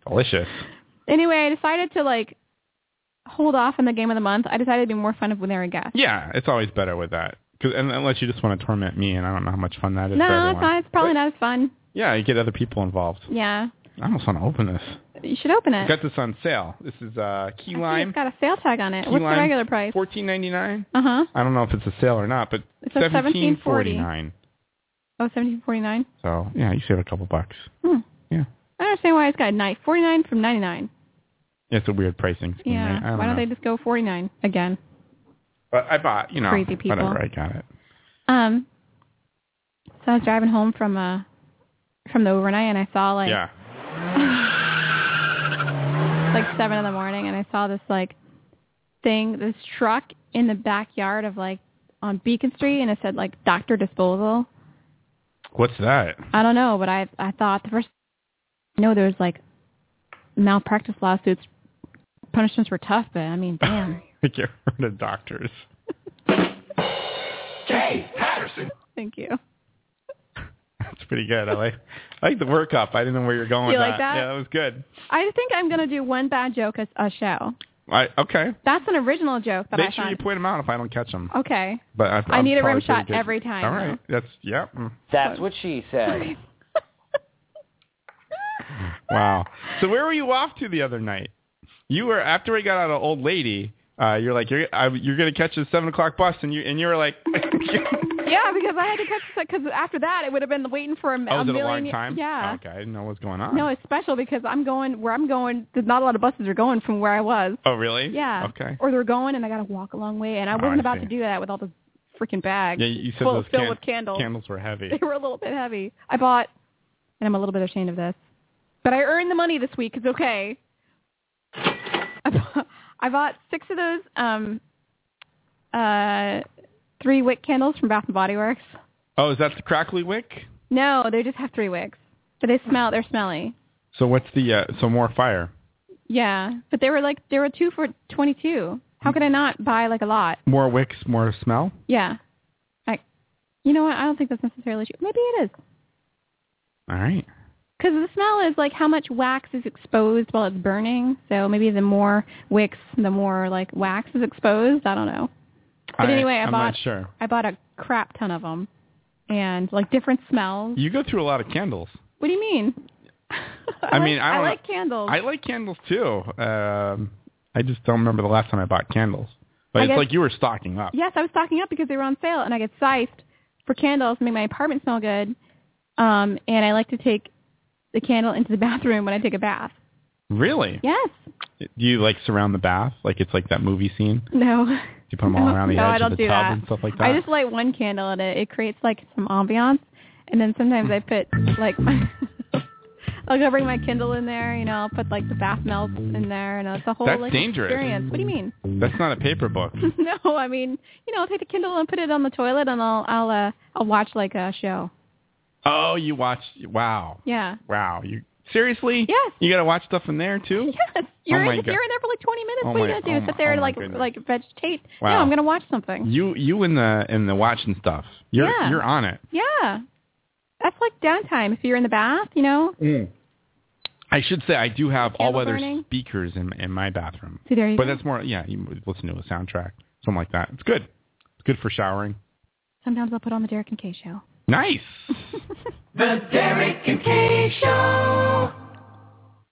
[SPEAKER 2] Delicious.
[SPEAKER 3] Anyway, I decided to like hold off on the game of the month. I decided it'd be more fun if there were guests.
[SPEAKER 2] Yeah, it's always better with that. 'Cause- and unless you just want to torment me, and I don't know how much fun that is. for
[SPEAKER 3] no, it's
[SPEAKER 2] everyone.
[SPEAKER 3] not. It's probably not as fun.
[SPEAKER 2] Yeah, you get other people involved.
[SPEAKER 3] Yeah.
[SPEAKER 2] I almost want to open this.
[SPEAKER 3] You should open it.
[SPEAKER 2] Got this on sale. This is uh, key
[SPEAKER 3] I see
[SPEAKER 2] lime.
[SPEAKER 3] It's got a sale tag on it.
[SPEAKER 2] Key
[SPEAKER 3] What's
[SPEAKER 2] lime,
[SPEAKER 3] the regular price?
[SPEAKER 2] Fourteen ninety nine.
[SPEAKER 3] Uh huh.
[SPEAKER 2] I don't know if it's a sale or not, but
[SPEAKER 3] It says
[SPEAKER 2] seventeen forty
[SPEAKER 3] 17.49.
[SPEAKER 2] nine.
[SPEAKER 3] Oh, seventeen forty nine.
[SPEAKER 2] So yeah, you save a couple bucks.
[SPEAKER 3] Hmm.
[SPEAKER 2] Yeah.
[SPEAKER 3] I don't understand why it's got nine forty nine from ninety nine.
[SPEAKER 2] It's a weird pricing scheme.
[SPEAKER 3] Yeah.
[SPEAKER 2] Right? I don't
[SPEAKER 3] why don't
[SPEAKER 2] know.
[SPEAKER 3] they just go forty nine again?
[SPEAKER 2] But I bought, you know,
[SPEAKER 3] Crazy people.
[SPEAKER 2] whatever. I got it.
[SPEAKER 3] Um. So I was driving home from uh from the overnight, and I saw like
[SPEAKER 2] yeah.
[SPEAKER 3] like seven in the morning and I saw this like thing, this truck in the backyard of like on Beacon Street and it said like doctor disposal.
[SPEAKER 2] What's that?
[SPEAKER 3] I don't know, but I I thought the first I know there was like malpractice lawsuits punishments were tough, but I mean damn.
[SPEAKER 2] I get rid of doctors.
[SPEAKER 3] Thank you.
[SPEAKER 2] That's pretty good. I like I like the work up. I didn't know where you were going
[SPEAKER 3] You
[SPEAKER 2] with
[SPEAKER 3] like
[SPEAKER 2] that.
[SPEAKER 3] that?
[SPEAKER 2] Yeah, that was good.
[SPEAKER 3] I think I'm gonna do one bad joke as a show.
[SPEAKER 2] I, okay.
[SPEAKER 3] That's an original joke that
[SPEAKER 2] Make
[SPEAKER 3] I
[SPEAKER 2] sure
[SPEAKER 3] found.
[SPEAKER 2] you point them out if I don't catch them.
[SPEAKER 3] okay.
[SPEAKER 2] But I,
[SPEAKER 3] I
[SPEAKER 2] I'm
[SPEAKER 3] need a
[SPEAKER 2] probably
[SPEAKER 3] rim shot
[SPEAKER 2] pretty good.
[SPEAKER 3] every time,
[SPEAKER 2] All right. That's yeah. Mm.
[SPEAKER 1] That's what she said.
[SPEAKER 2] Wow. So where were you off to the other night? You were after we got out of old lady. Uh, you're like you're I, you're gonna catch the seven o'clock bus, and you and you were like,
[SPEAKER 3] Yeah, because I had to catch this because after that it would have been waiting for a,
[SPEAKER 2] oh,
[SPEAKER 3] a
[SPEAKER 2] was it a
[SPEAKER 3] million.
[SPEAKER 2] long time?
[SPEAKER 3] Yeah.
[SPEAKER 2] Oh, okay, I didn't know what's going on.
[SPEAKER 3] No, it's special because I'm going where I'm going. There's not a lot of buses are going from where I was.
[SPEAKER 2] oh, really?
[SPEAKER 3] Yeah.
[SPEAKER 2] Okay.
[SPEAKER 3] Or they're going, and I got to walk a long way, and I
[SPEAKER 2] Oh,
[SPEAKER 3] wasn't
[SPEAKER 2] I
[SPEAKER 3] about
[SPEAKER 2] see.
[SPEAKER 3] to do that with all the freaking bags
[SPEAKER 2] Yeah, you said
[SPEAKER 3] full,
[SPEAKER 2] those
[SPEAKER 3] filled
[SPEAKER 2] can-
[SPEAKER 3] with candles.
[SPEAKER 2] candles were
[SPEAKER 3] They
[SPEAKER 2] heavy.
[SPEAKER 3] were a little bit heavy. I bought, and I'm a little bit ashamed of this, but I earned the money this week. It's okay. I bought, I bought six of those um, uh, three wick candles from Bath and Body Works.
[SPEAKER 2] Oh, is that the crackly wick?
[SPEAKER 3] No, they just have three wicks, but they smell. They're smelly.
[SPEAKER 2] So what's the uh, so more fire?
[SPEAKER 3] Yeah, but they were like they were two for twenty two. How could I not buy like a lot?
[SPEAKER 2] More wicks, more smell.
[SPEAKER 3] Yeah, I, you know what? I don't think that's necessarily true. Maybe it is
[SPEAKER 2] All right.
[SPEAKER 3] because the smell is like how much wax is exposed while it's burning. So maybe the more wicks, the more like wax is exposed. I don't know. But anyway, I
[SPEAKER 2] am
[SPEAKER 3] bought-
[SPEAKER 2] not sure.
[SPEAKER 3] I bought a crap ton of them, and like different smells.
[SPEAKER 2] You go through a lot of candles.
[SPEAKER 3] What do you mean?
[SPEAKER 2] I mean,
[SPEAKER 3] like,
[SPEAKER 2] I
[SPEAKER 3] I
[SPEAKER 2] don't-
[SPEAKER 3] like candles.
[SPEAKER 2] I like candles too. Um, I just don't remember the last time I bought candles. But
[SPEAKER 3] I
[SPEAKER 2] it's
[SPEAKER 3] guess-
[SPEAKER 2] like you were stocking up.
[SPEAKER 3] Yes, I was stocking up because they were on sale, and I get sized for candles to make my apartment smell good. Um, and I like to take the candle into the bathroom when I take a bath.
[SPEAKER 2] Really?
[SPEAKER 3] Yes.
[SPEAKER 2] Do you like surround the bath? Like it's like that movie scene?
[SPEAKER 3] No.
[SPEAKER 2] Do you put them all
[SPEAKER 3] No,
[SPEAKER 2] around the
[SPEAKER 3] no,
[SPEAKER 2] edge
[SPEAKER 3] I don't
[SPEAKER 2] of the
[SPEAKER 3] do
[SPEAKER 2] tub
[SPEAKER 3] that.
[SPEAKER 2] and stuff like that?
[SPEAKER 3] I just light one candle, and it, it creates like some ambiance. And then sometimes I put like my. I'll go bring my Kindle in there, you know, I'll put like the bath melts in there and it's a whole
[SPEAKER 2] That's
[SPEAKER 3] like
[SPEAKER 2] dangerous.
[SPEAKER 3] experience. What do you mean?
[SPEAKER 2] That's not a paper book.
[SPEAKER 3] no, I mean, you know, I'll take the Kindle and put it on the toilet and I'll I'll uh, I'll watch like a show.
[SPEAKER 2] oh, you watch wow.
[SPEAKER 3] Yeah.
[SPEAKER 2] Wow. You seriously?
[SPEAKER 3] Yes.
[SPEAKER 2] You gotta watch stuff in there too?
[SPEAKER 3] Yes, you're
[SPEAKER 2] my
[SPEAKER 3] in.
[SPEAKER 2] God.
[SPEAKER 3] You're in there for like 20 minutes.
[SPEAKER 2] Oh
[SPEAKER 3] what are you
[SPEAKER 2] my-
[SPEAKER 3] gonna do?
[SPEAKER 2] oh my-
[SPEAKER 3] Sit there
[SPEAKER 2] oh
[SPEAKER 3] and
[SPEAKER 2] my
[SPEAKER 3] like
[SPEAKER 2] goodness.
[SPEAKER 3] like vegetate?
[SPEAKER 2] Wow.
[SPEAKER 3] No, I'm gonna watch something.
[SPEAKER 2] You you in the in the watch and stuff. You're
[SPEAKER 3] Yeah.
[SPEAKER 2] you're on it.
[SPEAKER 3] Yeah, that's like downtime. If you're in the bath, you know.
[SPEAKER 2] I should say I do have
[SPEAKER 3] Candle
[SPEAKER 2] all weather
[SPEAKER 3] burning? Mm-hmm.
[SPEAKER 2] speakers in in my bathroom.
[SPEAKER 3] So there you
[SPEAKER 2] But
[SPEAKER 3] go.
[SPEAKER 2] that's more yeah, you would listen to a soundtrack, something like that. It's good. It's good for showering.
[SPEAKER 3] Sometimes I'll put on the Derek and Kay show.
[SPEAKER 2] Nice.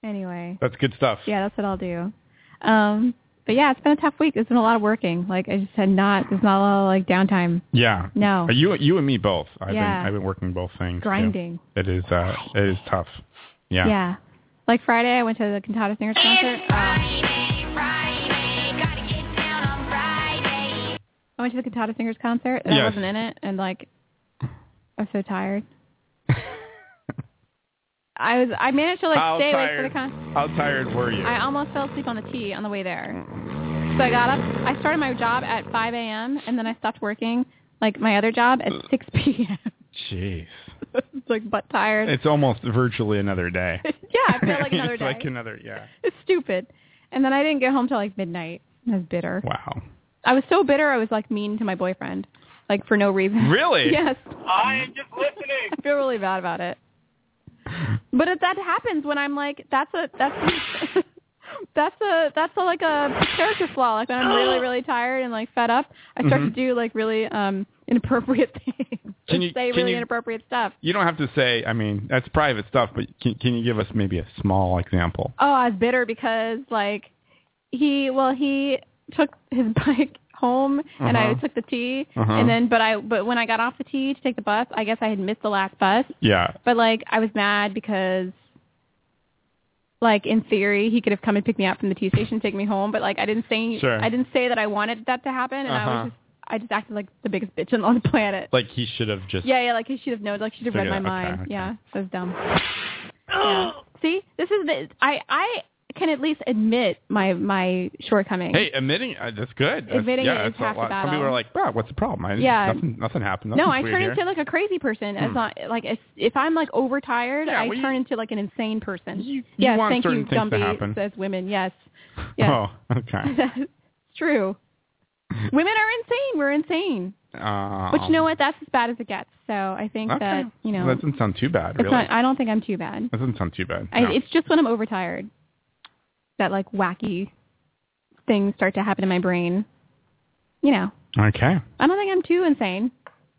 [SPEAKER 3] Anyway,
[SPEAKER 2] That's good stuff.
[SPEAKER 3] yeah, that's what I'll do. Um, but yeah, it's been a tough week. There's been a lot of working. Like I just had not. There's not a lot of like downtime.
[SPEAKER 2] Yeah.
[SPEAKER 3] No.
[SPEAKER 2] Uh, You you and me both. I've
[SPEAKER 3] Yeah.
[SPEAKER 2] been I've been working both things. too.
[SPEAKER 3] Grinding.
[SPEAKER 2] It is uh it is tough. Yeah.
[SPEAKER 3] Yeah. Like Friday, I went to the Cantata Singers concert. Um, I went to the Cantata Singers concert and
[SPEAKER 2] Yes.
[SPEAKER 3] I wasn't in it and like I was so tired. I was I managed to like
[SPEAKER 2] How
[SPEAKER 3] stay awake for the
[SPEAKER 2] tired
[SPEAKER 3] concert.
[SPEAKER 2] How tired were you?
[SPEAKER 3] I almost fell asleep on the T on the way there. So I got up I started my job at five AM and then I stopped working like my other job at six PM.
[SPEAKER 2] Jeez.
[SPEAKER 3] it's like butt tired.
[SPEAKER 2] It's almost virtually another day.
[SPEAKER 3] yeah, I feel like another
[SPEAKER 2] it's
[SPEAKER 3] day.
[SPEAKER 2] like another yeah.
[SPEAKER 3] it's stupid. And then I didn't get home till like midnight. I was bitter.
[SPEAKER 2] Wow.
[SPEAKER 3] I was so bitter I was like mean to my boyfriend. Like for no reason.
[SPEAKER 2] Really?
[SPEAKER 3] yes.
[SPEAKER 6] I am just listening.
[SPEAKER 3] I feel really bad about it. But if that happens when I'm like, that's a that's that's a that's a, like a character flaw. Like when I'm really really tired and like fed up, I start
[SPEAKER 2] Mhm.
[SPEAKER 3] to do like really um inappropriate things.
[SPEAKER 2] Can
[SPEAKER 3] just
[SPEAKER 2] you-
[SPEAKER 3] say
[SPEAKER 2] can
[SPEAKER 3] really
[SPEAKER 2] you-
[SPEAKER 3] inappropriate stuff.
[SPEAKER 2] You don't have to say. I mean, that's private stuff, but can can you give us maybe a small example?
[SPEAKER 3] Oh, I was bitter because like he well he took his bike home and I
[SPEAKER 2] Uh-huh.
[SPEAKER 3] took the T
[SPEAKER 2] Uh-huh.
[SPEAKER 3] and then but I but when I got off the T to take the bus, I guess I had missed the last bus.
[SPEAKER 2] Yeah.
[SPEAKER 3] But like I was mad because like in theory he could have come and picked me up from the T station, take me home, but like I didn't say
[SPEAKER 2] Sure.
[SPEAKER 3] I didn't say that I wanted that to happen and I
[SPEAKER 2] Uh-huh.
[SPEAKER 3] was just I just acted like the biggest bitch on the planet.
[SPEAKER 2] Like he should have just.
[SPEAKER 3] Yeah, yeah, like he should have known, like she should have read
[SPEAKER 2] Figure
[SPEAKER 3] my
[SPEAKER 2] it out. Okay,
[SPEAKER 3] mind.
[SPEAKER 2] okay.
[SPEAKER 3] Yeah, so it's dumb. yeah. See, this is the I I can at least admit my my shortcoming.
[SPEAKER 2] Hey, admitting uh, that's good. That's-
[SPEAKER 3] Admitting
[SPEAKER 2] yeah,
[SPEAKER 3] it is
[SPEAKER 2] that's a
[SPEAKER 3] half the
[SPEAKER 2] lot. Some people
[SPEAKER 3] battle.
[SPEAKER 2] are like, "Wow, what's the problem? I didn't-
[SPEAKER 3] Yeah.
[SPEAKER 2] nothing, nothing happened.
[SPEAKER 3] no, I
[SPEAKER 2] Nothing's weird
[SPEAKER 3] turn
[SPEAKER 2] here." Hmm.
[SPEAKER 3] into like a crazy person. It's not like if, if I'm like overtired,
[SPEAKER 2] Yeah,
[SPEAKER 3] I
[SPEAKER 2] well, you-
[SPEAKER 3] turn into like an insane person.
[SPEAKER 2] You- you
[SPEAKER 3] yes,
[SPEAKER 2] want
[SPEAKER 3] thank
[SPEAKER 2] certain
[SPEAKER 3] you,
[SPEAKER 2] things to
[SPEAKER 3] Gumby
[SPEAKER 2] happen.
[SPEAKER 3] says women. Yes, yes,
[SPEAKER 2] Oh, okay.
[SPEAKER 3] it's true. women are insane. We're insane.
[SPEAKER 2] Um,
[SPEAKER 3] But you know what? That's as bad as it gets. So I think
[SPEAKER 2] Okay.
[SPEAKER 3] that you know,
[SPEAKER 2] that doesn't sound too bad,
[SPEAKER 3] it's
[SPEAKER 2] really.
[SPEAKER 3] not. I don't think I'm too bad.
[SPEAKER 2] that doesn't sound too bad.
[SPEAKER 3] I,
[SPEAKER 2] no.
[SPEAKER 3] It's just when I'm overtired that like wacky things start to happen in my brain. You know,
[SPEAKER 2] okay.
[SPEAKER 3] I don't think I'm too insane.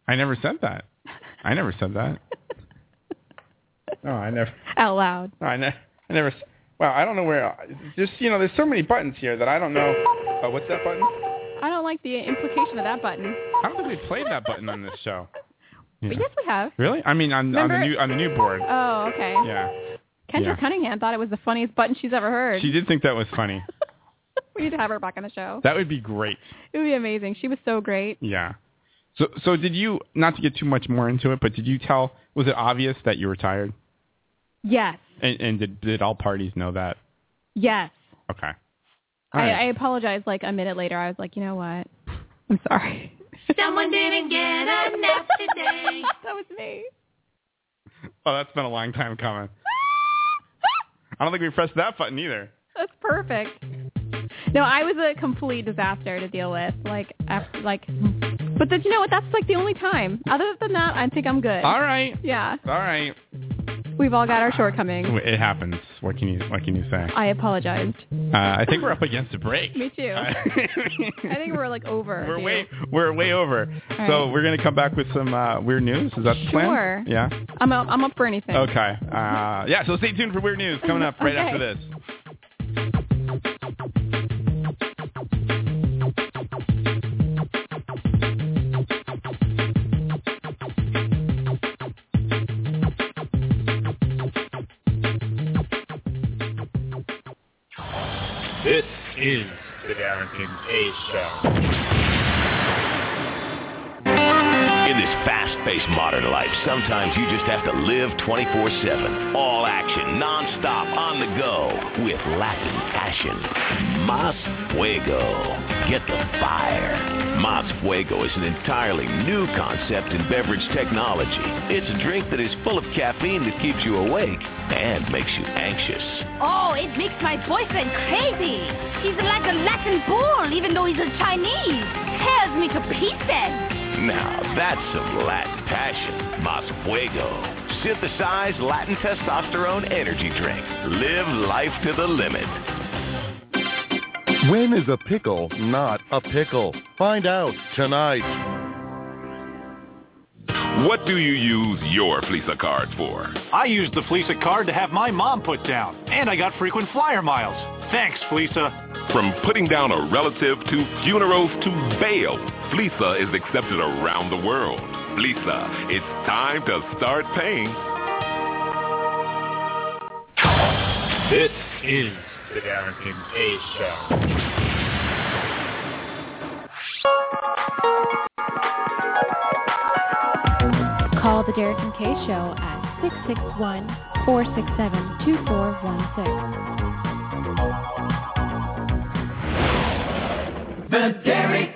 [SPEAKER 2] I never said that. I never said that. No, I never.
[SPEAKER 3] Out loud.
[SPEAKER 2] No, I, ne- I never. s- Wow, I don't know where. Just you know, there's so many buttons here that I don't know. Uh, what's that button?
[SPEAKER 3] I don't like the implication of that button.
[SPEAKER 2] I don't think we played that button on this show.
[SPEAKER 3] But
[SPEAKER 2] Yeah.
[SPEAKER 3] yes, we have.
[SPEAKER 2] Really? I mean, on, on the
[SPEAKER 3] Remember-
[SPEAKER 2] new on the new board.
[SPEAKER 3] Oh, okay.
[SPEAKER 2] Yeah.
[SPEAKER 3] Kendra
[SPEAKER 2] yeah.
[SPEAKER 3] Cunningham thought it was the funniest button she's ever heard.
[SPEAKER 2] She did think that was funny.
[SPEAKER 3] we need to have her back on the show.
[SPEAKER 2] That would be great.
[SPEAKER 3] It would be amazing. She was so great.
[SPEAKER 2] Yeah. So so did you not to get too much more into it, but did you tell was it obvious that you were tired?
[SPEAKER 3] Yes.
[SPEAKER 2] And, and did did all parties know that?
[SPEAKER 3] Yes.
[SPEAKER 2] Okay. All
[SPEAKER 3] I,
[SPEAKER 2] right.
[SPEAKER 3] I apologize. Like a minute later, I was like, you know what? I'm sorry.
[SPEAKER 5] Someone didn't get a nap today.
[SPEAKER 3] that was me.
[SPEAKER 2] oh, that's been a long time coming. I don't think we pressed that button either.
[SPEAKER 3] That's perfect. No, I was a complete disaster to deal with. Like, after, like, but then you know what? That's like the only time. Other than that, I think I'm good.
[SPEAKER 2] All right.
[SPEAKER 3] Yeah,
[SPEAKER 2] All right.
[SPEAKER 3] we've all got our shortcomings.
[SPEAKER 2] It happens. What can you what can you say?
[SPEAKER 3] I apologized.
[SPEAKER 2] Uh, I think we're up against a break.
[SPEAKER 3] Me too.
[SPEAKER 2] I
[SPEAKER 3] I think we're like over.
[SPEAKER 2] We're
[SPEAKER 3] dude.
[SPEAKER 2] way we're way over.
[SPEAKER 3] All
[SPEAKER 2] So
[SPEAKER 3] right.
[SPEAKER 2] we're gonna come back with some uh, weird news. Is that the
[SPEAKER 3] Sure.
[SPEAKER 2] plan? Yeah.
[SPEAKER 3] I'm up, I'm up for anything.
[SPEAKER 2] Okay. Uh, yeah. So stay tuned for weird news coming up right
[SPEAKER 3] Okay.
[SPEAKER 2] after this.
[SPEAKER 4] This is the Darrington K Show.
[SPEAKER 9] In this fast-paced modern life, sometimes you just have to live 24-7. All action, non-stop, on the go, with Latin passion. Mas Fuego. Get the fire. Mas Fuego is an entirely new concept in beverage technology. It's a drink that is full of caffeine that keeps you awake and makes you anxious.
[SPEAKER 5] Oh, it makes my boyfriend crazy. He's like a Latin born, even though he's a Chinese. Tears me to pieces.
[SPEAKER 9] Now that's some Latin passion. Mas Fuego. Synthesized Latin testosterone energy drink. Live life to the limit.
[SPEAKER 10] When is a pickle not a pickle? Find out tonight.
[SPEAKER 9] What do you use your Fleece cards for?
[SPEAKER 6] I used the Fleesa card to have my mom put down, and I got frequent flyer miles. Thanks, Fleesa.
[SPEAKER 9] From putting down a relative to funerals to bail, Fleece is accepted around the world. Fleece, it's time to start paying.
[SPEAKER 4] This is the Darrington K Show.
[SPEAKER 11] Call the Derek and Kay Show at 661 467 2416.
[SPEAKER 7] The Derek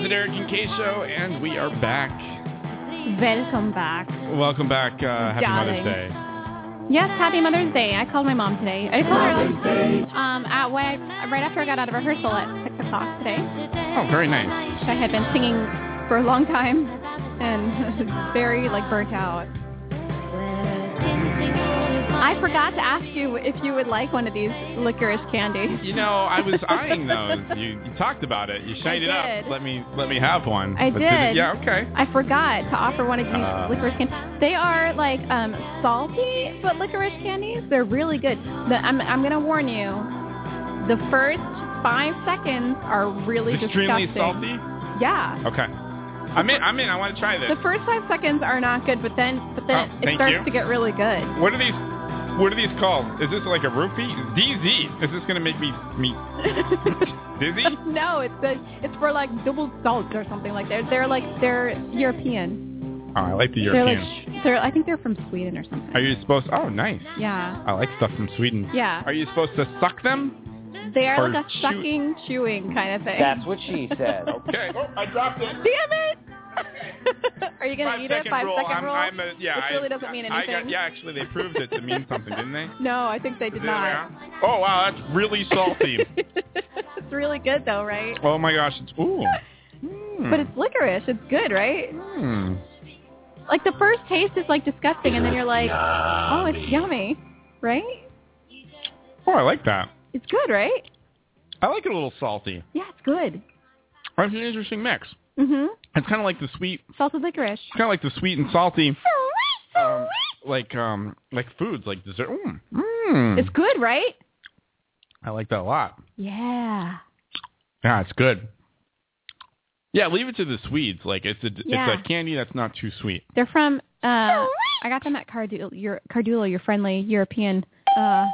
[SPEAKER 2] the Derek and Kay Show, and we are back.
[SPEAKER 3] Welcome back.
[SPEAKER 2] Welcome back. Uh, happy
[SPEAKER 3] Darling.
[SPEAKER 2] Mother's Day.
[SPEAKER 3] Yes, happy Mother's Day. I called my mom today. I called her um, at way, right after I got out of rehearsal at 6 o'clock today.
[SPEAKER 2] Oh, very nice.
[SPEAKER 3] which I had been singing for a long time and very, like, burnt out. I forgot to ask you if you would like one of these licorice candies.
[SPEAKER 2] You know, I was eyeing those. You, you talked about it. You shined it up.
[SPEAKER 3] did.
[SPEAKER 2] Let me let me have one.
[SPEAKER 3] I
[SPEAKER 2] But
[SPEAKER 3] did.
[SPEAKER 2] Yeah. Okay.
[SPEAKER 3] I forgot to offer one of these
[SPEAKER 2] Uh.
[SPEAKER 3] licorice candies. They are like um, salty, but licorice candies. They're really good. But I'm I'm gonna warn you, the first five seconds are really
[SPEAKER 2] Extremely
[SPEAKER 3] disgusting. salty. Yeah.
[SPEAKER 2] Okay. I'm in. I'm in. I want to try this.
[SPEAKER 3] The first five seconds are not good, but then but then
[SPEAKER 2] Oh,
[SPEAKER 3] it
[SPEAKER 2] thank
[SPEAKER 3] starts
[SPEAKER 2] you.
[SPEAKER 3] to get really good.
[SPEAKER 2] What are these? What are these called? Is this like a rupee? DZ. Is this gonna make me me dizzy? Oh,
[SPEAKER 3] no, it's the, it's for like double salt or something like that. They're like they're European.
[SPEAKER 2] Oh, I like the
[SPEAKER 3] They're
[SPEAKER 2] European.
[SPEAKER 3] like sh- they're I think they're from Sweden or something.
[SPEAKER 2] are you supposed? Oh, nice.
[SPEAKER 3] Yeah.
[SPEAKER 2] I like stuff from Sweden.
[SPEAKER 3] Yeah.
[SPEAKER 2] Are you supposed to suck them?
[SPEAKER 3] They are
[SPEAKER 2] Or
[SPEAKER 3] like a
[SPEAKER 2] chew-
[SPEAKER 3] sucking, chewing kind of thing.
[SPEAKER 2] That's what she said. Okay. Oh, I dropped it.
[SPEAKER 3] Damn it! are you gonna eat it?
[SPEAKER 2] Second
[SPEAKER 3] Five
[SPEAKER 2] rule.
[SPEAKER 3] second
[SPEAKER 2] I'm,
[SPEAKER 3] rule.
[SPEAKER 2] I'm a, yeah.
[SPEAKER 3] Which
[SPEAKER 2] I-
[SPEAKER 3] really doesn't mean
[SPEAKER 2] I got,
[SPEAKER 3] anything.
[SPEAKER 2] yeah, actually, they proved it to mean something, didn't they?
[SPEAKER 3] No, I think they did
[SPEAKER 2] Did they?
[SPEAKER 3] not.
[SPEAKER 2] Oh wow, that's really salty.
[SPEAKER 3] it's really good though, right?
[SPEAKER 2] oh my gosh, it's ooh. Hmm.
[SPEAKER 3] But it's licorice. It's good, right?
[SPEAKER 2] Hmm.
[SPEAKER 3] Like the first taste is like disgusting, and then you're like, oh, it's yummy, right?
[SPEAKER 2] Oh, I like that.
[SPEAKER 3] It's good, right?
[SPEAKER 2] I like it a little salty.
[SPEAKER 3] Yeah, it's good.
[SPEAKER 2] It's an interesting mix.
[SPEAKER 3] Mhm.
[SPEAKER 2] It's kind of like the sweet,
[SPEAKER 3] Salted licorice.
[SPEAKER 2] it's kind of like the sweet and salty, um, like um, like foods, like dessert. Mm. Mm.
[SPEAKER 3] It's good, right?
[SPEAKER 2] I like that a lot.
[SPEAKER 3] Yeah.
[SPEAKER 2] Yeah, it's good. Yeah, leave it to the Swedes. Like it's a
[SPEAKER 3] Yeah.
[SPEAKER 2] it's a candy that's not too sweet.
[SPEAKER 3] They're from. Uh, I got them at Cardula, your, Cardula, your friendly European uh,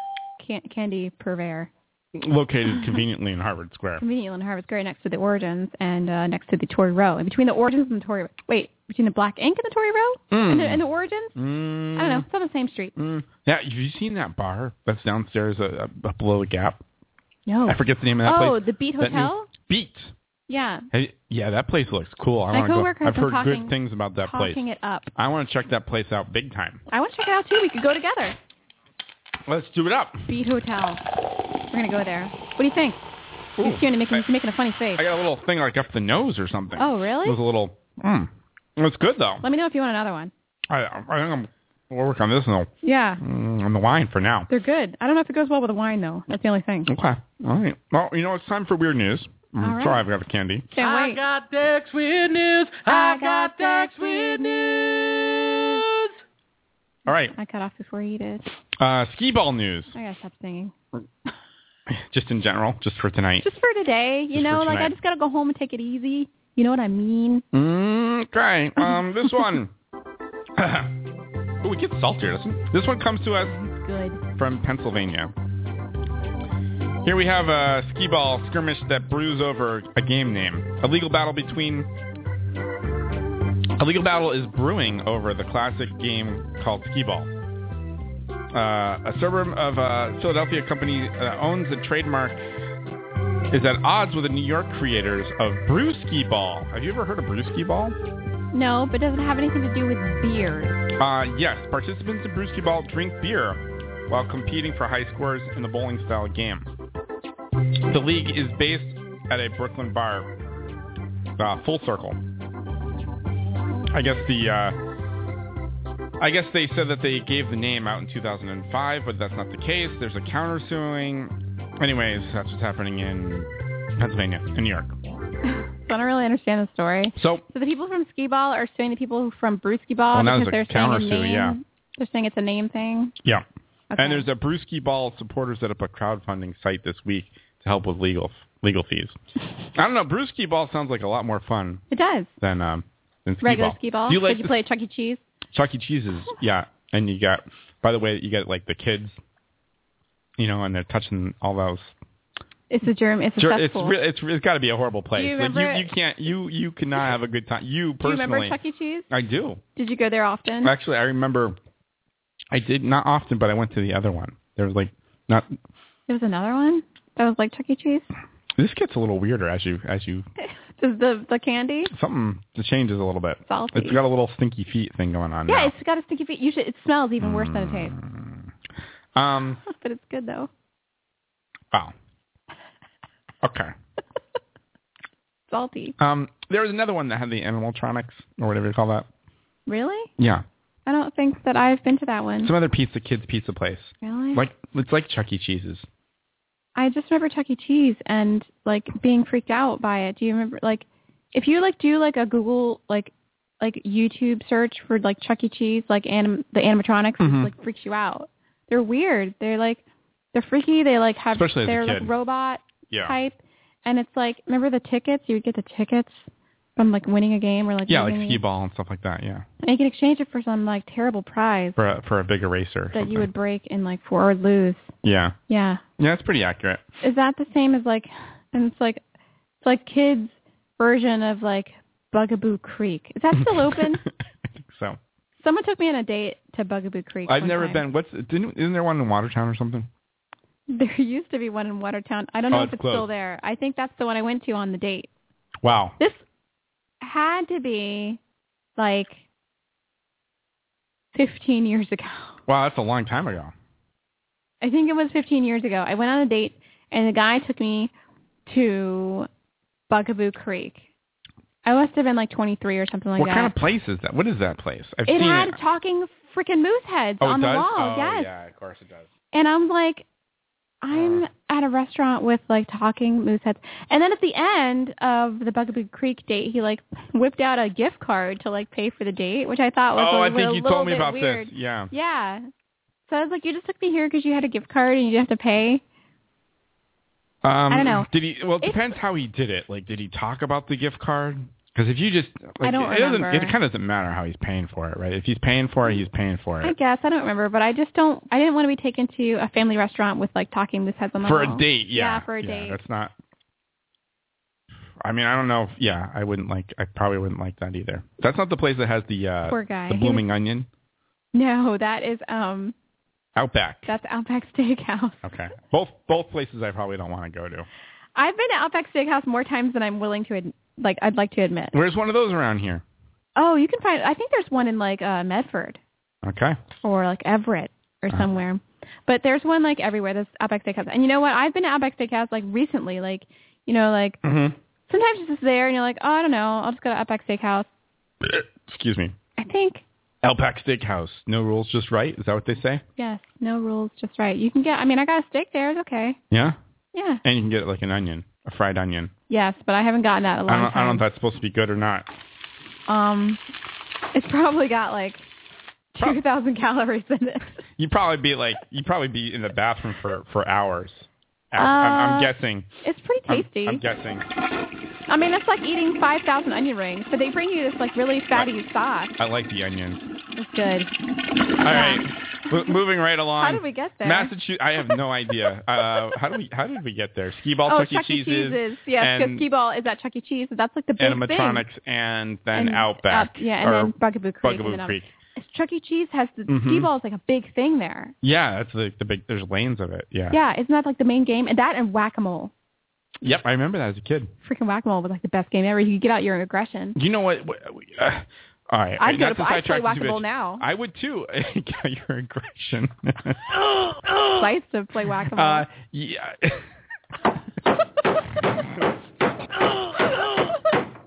[SPEAKER 3] can- candy purveyor,
[SPEAKER 2] Located conveniently in Harvard Square.
[SPEAKER 3] convenient in Harvard Square, next to the Origins and uh, next to the Tory Row, and between the Origins and the Tory. Wait, between the Black Ink and the Tory Row,
[SPEAKER 2] Mm.
[SPEAKER 3] and, the, and the Origins.
[SPEAKER 2] Mm.
[SPEAKER 3] I don't know. It's on the same street.
[SPEAKER 2] Mm. Yeah, have you seen that bar that's downstairs uh, uh, up below the Gap?
[SPEAKER 3] No.
[SPEAKER 2] I forget the name of that
[SPEAKER 3] Oh,
[SPEAKER 2] place.
[SPEAKER 3] the Beat
[SPEAKER 2] That new-
[SPEAKER 3] Hotel.
[SPEAKER 2] Beat.
[SPEAKER 3] yeah.
[SPEAKER 2] Hey, yeah, that place looks cool. I
[SPEAKER 3] My
[SPEAKER 2] want to go.
[SPEAKER 3] coworker has
[SPEAKER 2] I've
[SPEAKER 3] been
[SPEAKER 2] heard
[SPEAKER 3] talking-
[SPEAKER 2] good things about that place.
[SPEAKER 3] Talking it up.
[SPEAKER 2] I want to check that place out big time.
[SPEAKER 3] I want to check it out too. We could go together.
[SPEAKER 2] Let's do it up.
[SPEAKER 3] Beat Hotel. We're gonna go there. What do you think?
[SPEAKER 2] Ooh.
[SPEAKER 3] You're feeling- making, you're making a funny face.
[SPEAKER 2] I got a little thing like up the nose or something.
[SPEAKER 3] Oh, really?
[SPEAKER 2] It was a little. Mm. It's good though.
[SPEAKER 3] Let me know if you want another one.
[SPEAKER 2] I, I think I'm. We'll work on this one.
[SPEAKER 3] Yeah,
[SPEAKER 2] Mm, on the wine for now.
[SPEAKER 3] they're good. I don't know if it goes well with the wine though. That's the only thing.
[SPEAKER 2] Okay. All right. Well, you know it's time for weird news. I'm
[SPEAKER 3] All right.
[SPEAKER 2] sorry, I've got a candy.
[SPEAKER 3] Can't wait.
[SPEAKER 7] got Dex weird news.
[SPEAKER 3] I got Dex
[SPEAKER 7] weird news.
[SPEAKER 2] All right.
[SPEAKER 3] I cut off before you did.
[SPEAKER 2] Uh, skee ball news,
[SPEAKER 3] I gotta stop singing.
[SPEAKER 2] just in general, just for tonight.
[SPEAKER 3] Just for today, you
[SPEAKER 2] Just
[SPEAKER 3] know,
[SPEAKER 2] for
[SPEAKER 3] like I
[SPEAKER 2] tonight.
[SPEAKER 3] just gotta go home and take it easy. You know what I mean?
[SPEAKER 2] Mm, okay. Um, this one. oh, it gets saltier, doesn't it? This one comes to us
[SPEAKER 3] Good.
[SPEAKER 2] from Pennsylvania. Here we have a skee ball skirmish that brews over a game name. A legal battle between a legal battle is brewing over the classic game called skee ball. Uh, a suburb of uh, Philadelphia company that owns the trademark is at odds with the New York creators of Brew Skee Ball. Have you ever heard of Brew Skee Ball?
[SPEAKER 3] No, but it doesn't have anything to do with beer.
[SPEAKER 2] Uh, yes, participants in Brewski Ball drink beer while competing for high scores in the bowling style game. The league is based at a Brooklyn bar, uh, Full Circle. I guess the uh, I guess they said that they gave the name out in 2005, but that's not the case. There's a counter suing. Anyways, that's what's happening in Pennsylvania, in New York.
[SPEAKER 3] So I don't really understand the story.
[SPEAKER 2] So
[SPEAKER 3] So the people from Skee Ball are suing the people from Brewski Ball
[SPEAKER 2] Well, now
[SPEAKER 3] because they're
[SPEAKER 2] there's a
[SPEAKER 3] saying a
[SPEAKER 2] counter-sue,
[SPEAKER 3] name.
[SPEAKER 2] yeah.
[SPEAKER 3] They're saying it's a name thing.
[SPEAKER 2] yeah,
[SPEAKER 3] Okay.
[SPEAKER 2] And there's a Brewski Ball supporter set up a crowdfunding site this week to help with legal legal fees. I don't know. Brewski Ball sounds like a lot more fun
[SPEAKER 3] it does.
[SPEAKER 2] than um than skee
[SPEAKER 3] Regular
[SPEAKER 2] ball.
[SPEAKER 3] Skee Ball.
[SPEAKER 2] Do you
[SPEAKER 3] Did
[SPEAKER 2] like
[SPEAKER 3] you play at Chuck E. Cheese?
[SPEAKER 2] Chuck E. Cheese's? Yeah, and you got. By the way, you got like the kids, you know, and they're touching all those.
[SPEAKER 3] It's a germ. It's a
[SPEAKER 2] Sure, It's
[SPEAKER 3] cesspool.
[SPEAKER 2] re- it's it's got to be a horrible place.
[SPEAKER 3] you
[SPEAKER 2] like
[SPEAKER 3] remember-
[SPEAKER 2] you, you can't you you cannot have a good time. You
[SPEAKER 3] do you
[SPEAKER 2] personally,
[SPEAKER 3] remember Chuck E. Cheese?
[SPEAKER 2] I do.
[SPEAKER 3] Did you go there often?
[SPEAKER 2] Actually, I remember. I did not often, but I went to the other one. There was like not
[SPEAKER 3] There was another one that was like Chuck E. Cheese.
[SPEAKER 2] This gets a little weirder as you as you
[SPEAKER 3] Is the the candy?
[SPEAKER 2] Something that changes a little bit.
[SPEAKER 3] Salty.
[SPEAKER 2] It's got a little stinky feet thing going on.
[SPEAKER 3] Yeah, it's got a sticky feet. You should. It smells even worse than it
[SPEAKER 2] Mm.
[SPEAKER 3] tastes,
[SPEAKER 2] now. Um.
[SPEAKER 3] but it's good though.
[SPEAKER 2] Wow. Okay.
[SPEAKER 3] Salty.
[SPEAKER 2] Um. There was another one that had the animatronics or whatever you call that.
[SPEAKER 3] Really?
[SPEAKER 2] Yeah.
[SPEAKER 3] I don't think that I've been to that one.
[SPEAKER 2] Some other pizza kids pizza place.
[SPEAKER 3] really?
[SPEAKER 2] Like it's like Chuck E. Cheese's.
[SPEAKER 3] I just remember Chuck E. Cheese and like being freaked out by it. Do you remember like if you like do like a Google like like YouTube search for like Chuck E. Cheese like anim the animatronics
[SPEAKER 2] Mhm.
[SPEAKER 3] it like freaks you out. They're weird. They're like they're freaky. They like have
[SPEAKER 2] Especially as a
[SPEAKER 3] they're like
[SPEAKER 2] kid.
[SPEAKER 3] robot
[SPEAKER 2] Yeah.
[SPEAKER 3] type, and it's like remember the tickets? You would get the tickets from like winning a game or like
[SPEAKER 2] yeah, like
[SPEAKER 3] losing a
[SPEAKER 2] skee
[SPEAKER 3] game.
[SPEAKER 2] ball and stuff like that. Yeah.
[SPEAKER 3] And you could exchange it for some like terrible prize
[SPEAKER 2] For a, for a big eraser. or
[SPEAKER 3] that you
[SPEAKER 2] something.
[SPEAKER 3] would break in like four or lose.
[SPEAKER 2] Yeah.
[SPEAKER 3] Yeah.
[SPEAKER 2] Yeah, that's pretty accurate.
[SPEAKER 3] is that the same as like and it's like it's like kids version of like bugaboo creek is that still open
[SPEAKER 2] So
[SPEAKER 3] someone took me on a date to bugaboo creek
[SPEAKER 2] I've
[SPEAKER 3] one
[SPEAKER 2] never
[SPEAKER 3] time.
[SPEAKER 2] been. What's didn't isn't there one in Watertown or something?
[SPEAKER 3] there used to be one in watertown i don't
[SPEAKER 2] Oh,
[SPEAKER 3] know if
[SPEAKER 2] it's
[SPEAKER 3] it's still
[SPEAKER 2] closed.
[SPEAKER 3] there i think that's the one i went to on the date
[SPEAKER 2] Wow.
[SPEAKER 3] this had to be like 15 years ago
[SPEAKER 2] Wow, that's a long time ago.
[SPEAKER 3] I think it was 15 years ago. I went on a date, and the guy took me to Bugaboo Creek. I must have been like 23 or something like
[SPEAKER 2] what
[SPEAKER 3] that.
[SPEAKER 2] kind of place is that? What is that place? I've seen
[SPEAKER 3] it had
[SPEAKER 2] it.
[SPEAKER 3] talking freaking moose heads
[SPEAKER 2] Oh, it
[SPEAKER 3] on the
[SPEAKER 2] does?
[SPEAKER 3] wall.
[SPEAKER 2] Oh,
[SPEAKER 3] yes.
[SPEAKER 2] yeah, Uh. of course it does.
[SPEAKER 3] And I'm like, I'm at a restaurant with like talking moose heads. And then at the end of the Bugaboo Creek date, he like whipped out a gift card to like pay for the date, which I thought was
[SPEAKER 2] oh,
[SPEAKER 3] a,
[SPEAKER 2] I
[SPEAKER 3] was a
[SPEAKER 2] think you
[SPEAKER 3] little
[SPEAKER 2] told me
[SPEAKER 3] bit
[SPEAKER 2] about
[SPEAKER 3] weird.
[SPEAKER 2] this. Yeah.
[SPEAKER 3] Yeah. So I was like, you just took me here because you had a gift card and you have to pay.
[SPEAKER 2] Um,
[SPEAKER 3] I don't know.
[SPEAKER 2] Did he? Well, it
[SPEAKER 3] It's-
[SPEAKER 2] depends how he did it. Like, did he talk about the gift card? Because if you just, like,
[SPEAKER 3] I don't
[SPEAKER 2] it doesn't,
[SPEAKER 3] remember.
[SPEAKER 2] it kind of doesn't matter how he's paying for it, right? If he's paying for it, he's paying for
[SPEAKER 3] I
[SPEAKER 2] it.
[SPEAKER 3] guess I don't remember, but I just don't. I didn't want to be taken to a family restaurant with like talking this heads on the
[SPEAKER 2] For a
[SPEAKER 3] wall.
[SPEAKER 2] date, yeah.
[SPEAKER 3] for a date.
[SPEAKER 2] That's not. I mean, I don't know. If, yeah, I wouldn't like. I probably wouldn't like that either. That's not the place that has the uh,
[SPEAKER 3] Poor guy.
[SPEAKER 2] the blooming onion
[SPEAKER 3] No, that is um,
[SPEAKER 2] outback.
[SPEAKER 3] that's Outback Steakhouse.
[SPEAKER 2] Okay, both both places I probably don't want to go to.
[SPEAKER 3] I've been to Outback Steakhouse more times than I'm willing to ad- like. I'd like to admit.
[SPEAKER 2] Where's one of those around here?
[SPEAKER 3] Oh, you can find. I think there's one in like uh, Medford
[SPEAKER 2] Okay.
[SPEAKER 3] or like Everett or
[SPEAKER 2] Uh-huh.
[SPEAKER 3] somewhere. But there's one like everywhere. There's Outback Steakhouse, and you know what? I've been to Outback Steakhouse like recently. Like you know, like
[SPEAKER 2] Mm-hmm.
[SPEAKER 3] sometimes it's just there, and you're like, oh, I don't know, I'll just go to Outback Steakhouse.
[SPEAKER 2] Excuse me.
[SPEAKER 3] I think
[SPEAKER 2] Outback Steakhouse. No rules, just right. Is that what they say?
[SPEAKER 3] yes, no rules, just right. You can get. I mean, I got a steak there. It's okay.
[SPEAKER 2] Yeah.
[SPEAKER 3] Yeah.
[SPEAKER 2] And you can get like an onion, a fried onion.
[SPEAKER 3] Yes, but I haven't gotten that in a
[SPEAKER 2] I
[SPEAKER 3] long
[SPEAKER 2] don't, I don't know if
[SPEAKER 3] time.
[SPEAKER 2] that's supposed to be good or not.
[SPEAKER 3] um, it's probably got like
[SPEAKER 2] Prob-
[SPEAKER 3] two thousand calories in it.
[SPEAKER 2] You'd probably be like, you'd probably be in the bathroom for for hours. Af- I'm, I'm
[SPEAKER 3] Uh,
[SPEAKER 2] guessing.
[SPEAKER 3] It's pretty
[SPEAKER 2] I'm-
[SPEAKER 3] tasty.
[SPEAKER 2] I'm, guessing.
[SPEAKER 3] I mean, it's like eating 5,000 onion rings, but they bring you this like really fatty sauce.
[SPEAKER 2] I like the onions.
[SPEAKER 3] It's good.
[SPEAKER 2] All right, Mo- moving right along.
[SPEAKER 3] How did we get there?
[SPEAKER 2] Massachusetts. I have no idea. Uh, how do we? How did we get there? Skee ball,
[SPEAKER 3] oh,
[SPEAKER 2] Chuck E.
[SPEAKER 3] E.
[SPEAKER 2] Cheese's,
[SPEAKER 3] Cheese's. Yes, because
[SPEAKER 2] and
[SPEAKER 3] Skee Ball is at Chuck E. Cheese. and That's like the big thing.
[SPEAKER 2] animatronics, and then
[SPEAKER 3] And
[SPEAKER 2] Outback.
[SPEAKER 3] Out- yeah, and
[SPEAKER 2] or
[SPEAKER 3] then Bugaboo Creek.
[SPEAKER 2] Bugaboo
[SPEAKER 3] and then
[SPEAKER 2] Creek.
[SPEAKER 3] Um, Chuck E. Cheese has the
[SPEAKER 2] Mhm.
[SPEAKER 3] Skee Ball is like a big thing there.
[SPEAKER 2] Yeah, that's the, the big. There's lanes of it. Yeah.
[SPEAKER 3] Yeah, isn't that like the main game? And that and Whack a Mole.
[SPEAKER 2] Yep, I remember that as a kid.
[SPEAKER 3] Freaking Whack a Mole was like the best game ever. You could get out your aggression.
[SPEAKER 2] You know what? what- Uh, all right.
[SPEAKER 3] I'd go
[SPEAKER 2] not
[SPEAKER 3] to-
[SPEAKER 2] to
[SPEAKER 3] I'd
[SPEAKER 2] sidetrack
[SPEAKER 3] play
[SPEAKER 2] you too
[SPEAKER 3] whack-a-mole
[SPEAKER 2] much.
[SPEAKER 3] now.
[SPEAKER 2] I would too. Got your aggression.
[SPEAKER 3] I used to play Whack a Mole.
[SPEAKER 2] uh, yeah.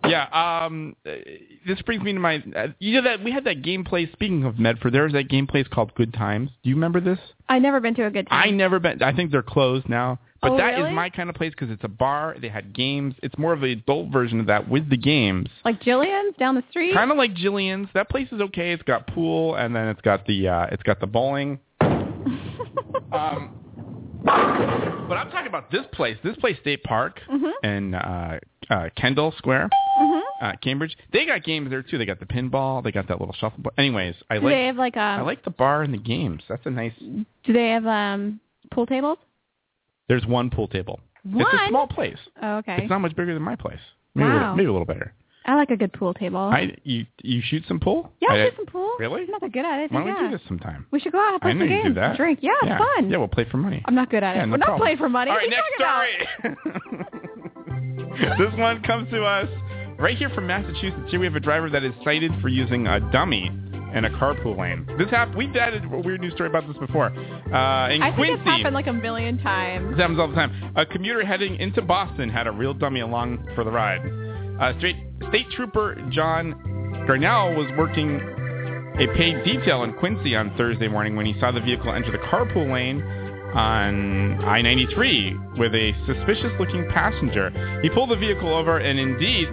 [SPEAKER 2] yeah. Um, uh, this brings me to my. Uh, you know that we had that game place. Speaking of Medford, there was that game place called Good Times. Do you remember this?
[SPEAKER 3] I've never been to a good
[SPEAKER 2] I
[SPEAKER 3] time.
[SPEAKER 2] never been. I think they're closed now. But
[SPEAKER 3] Oh,
[SPEAKER 2] that is
[SPEAKER 3] really?
[SPEAKER 2] my kind of place because it's a bar. They had games. It's more of an adult version of that with the games.
[SPEAKER 3] like Jillian's down the street.
[SPEAKER 2] Kind of like Jillian's. That place is okay. It's got pool, and then it's got the uh, it's got the bowling. um, but I'm talking about this place. This place, State Park,
[SPEAKER 3] Mhm.
[SPEAKER 2] in uh, uh, Kendall Square,
[SPEAKER 3] Mhm.
[SPEAKER 2] uh, Cambridge. They got games there too. They got the pinball. They got that little shuffle. But anyways, I
[SPEAKER 3] Do they
[SPEAKER 2] like
[SPEAKER 3] have like um?
[SPEAKER 2] I like the bar and the games. That's a nice.
[SPEAKER 3] do they have um pool tables?
[SPEAKER 2] There's one pool table. It's a
[SPEAKER 3] One?
[SPEAKER 2] small place.
[SPEAKER 3] Oh, okay.
[SPEAKER 2] It's not much bigger than my place. Maybe, a,
[SPEAKER 3] Wow.
[SPEAKER 2] little, maybe a little better.
[SPEAKER 3] I like a good pool table.
[SPEAKER 2] I you you shoot some pool?
[SPEAKER 3] yeah,
[SPEAKER 2] I-
[SPEAKER 3] I shoot some pool.
[SPEAKER 2] Really?
[SPEAKER 3] I'm not that good at it.
[SPEAKER 2] Why don't
[SPEAKER 3] yeah.
[SPEAKER 2] we do this sometime?
[SPEAKER 3] We should go out and play
[SPEAKER 2] I know
[SPEAKER 3] some
[SPEAKER 2] you do
[SPEAKER 3] games.
[SPEAKER 2] that.
[SPEAKER 3] Drink. Yeah, it's
[SPEAKER 2] yeah.
[SPEAKER 3] fun.
[SPEAKER 2] Yeah, we'll play for money.
[SPEAKER 3] I'm not good at it.
[SPEAKER 2] Yeah, no
[SPEAKER 3] We're not
[SPEAKER 2] problem.
[SPEAKER 3] playing for money.
[SPEAKER 2] All
[SPEAKER 3] What
[SPEAKER 2] right,
[SPEAKER 3] are you
[SPEAKER 2] next
[SPEAKER 3] talking about?
[SPEAKER 2] story. this one comes to us right here from Massachusetts. Here we have a driver that is cited for using a dummy in a carpool lane. This happened. We've had a weird news story about this before. Uh, in
[SPEAKER 12] I think
[SPEAKER 2] Quincy,
[SPEAKER 12] it's happened like a million times.
[SPEAKER 2] this happens all the time. A commuter heading into Boston had a real dummy along for the ride. Uh, straight, State Trooper John Garnell was working a paid detail in Quincy on Thursday morning when he saw the vehicle enter the carpool lane on I-93 with a suspicious-looking passenger. He pulled the vehicle over, and indeed,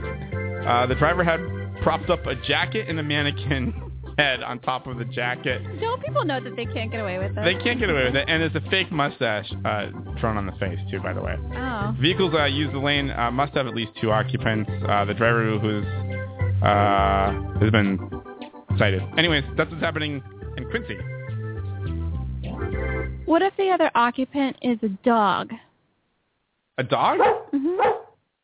[SPEAKER 2] uh, the driver had propped up a jacket and a mannequin head on top of the jacket.
[SPEAKER 12] Don't people know that they can't get away with it?
[SPEAKER 2] They can't get away with it, and it's a fake mustache uh, thrown on the face too, by the way.
[SPEAKER 12] Oh.
[SPEAKER 2] Vehicles that use the lane uh, must have at least two occupants. Uh, the driver who's uh, has been cited. Anyways, that's what's happening in Quincy.
[SPEAKER 3] What if the other occupant is a dog?
[SPEAKER 2] A dog?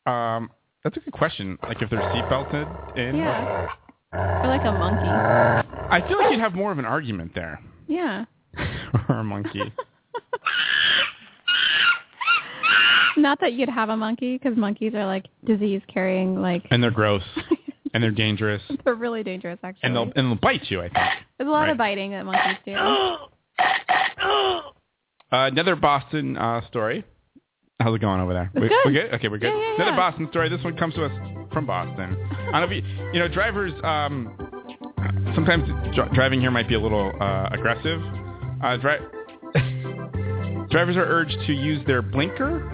[SPEAKER 2] Um, that's a good question. Like if they're seatbelted in.
[SPEAKER 3] Yeah. Or like a monkey.
[SPEAKER 2] I feel like you'd have more of an argument there,
[SPEAKER 3] Yeah.
[SPEAKER 2] or a monkey.
[SPEAKER 3] Not that you'd have a monkey because monkeys are like disease carrying, like
[SPEAKER 2] and they're gross, and they're dangerous,
[SPEAKER 3] they're really dangerous actually.
[SPEAKER 2] and they'll and they'll bite you. I think.
[SPEAKER 3] There's a lot of biting that monkeys do.
[SPEAKER 2] Uh, another Boston uh, story. How's it going over there?
[SPEAKER 3] It's
[SPEAKER 2] we,
[SPEAKER 3] good.
[SPEAKER 2] We're good. Okay, we're good.
[SPEAKER 3] Yeah, yeah,
[SPEAKER 2] another
[SPEAKER 3] yeah.
[SPEAKER 2] Boston story. This one comes to us from Boston. I don't know if you, you know drivers. Um, sometimes dr- driving here might be a little uh, aggressive. Uh, dri- drivers are urged to use their blinker,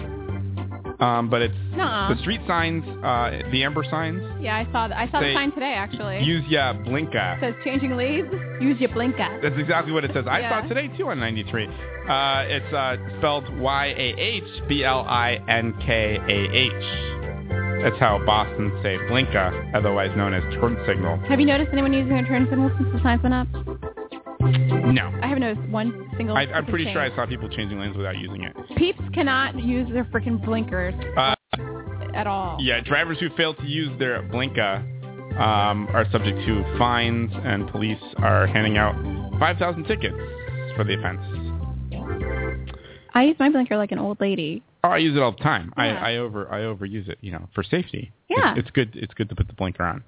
[SPEAKER 2] um, but it's
[SPEAKER 3] Nuh-uh.
[SPEAKER 2] the street signs, uh, the amber signs.
[SPEAKER 3] Yeah, I saw. The, I saw
[SPEAKER 2] They-
[SPEAKER 3] the sign today actually.
[SPEAKER 2] Use yeah
[SPEAKER 3] It
[SPEAKER 2] blinka.
[SPEAKER 3] says changing leads. Use your blinker.
[SPEAKER 2] That's exactly what it says. I
[SPEAKER 3] Yeah.
[SPEAKER 2] saw today too on 93. Uh, it's uh, spelled Y A H B L I N K A H. That's how Boston say blinka, otherwise known as turn signal.
[SPEAKER 3] Have you noticed anyone using their turn signal since the sign went up?
[SPEAKER 2] No,
[SPEAKER 3] I haven't noticed one single.
[SPEAKER 2] I, I'm
[SPEAKER 3] freaking
[SPEAKER 2] pretty sure
[SPEAKER 3] change.
[SPEAKER 2] I saw people changing lanes without using it.
[SPEAKER 3] Peeps cannot use their freaking blinkers
[SPEAKER 2] Uh,
[SPEAKER 3] at all.
[SPEAKER 2] yeah, drivers who fail to use their blinka um, are subject to fines, and police are handing out 5,000 tickets for the offense.
[SPEAKER 3] I use my blinker like an old lady.
[SPEAKER 2] Oh, I use it all the time.
[SPEAKER 3] Yeah.
[SPEAKER 2] I, I over I overuse it, you know, for safety.
[SPEAKER 3] Yeah.
[SPEAKER 2] It's, it's good it's good to put the blinker on.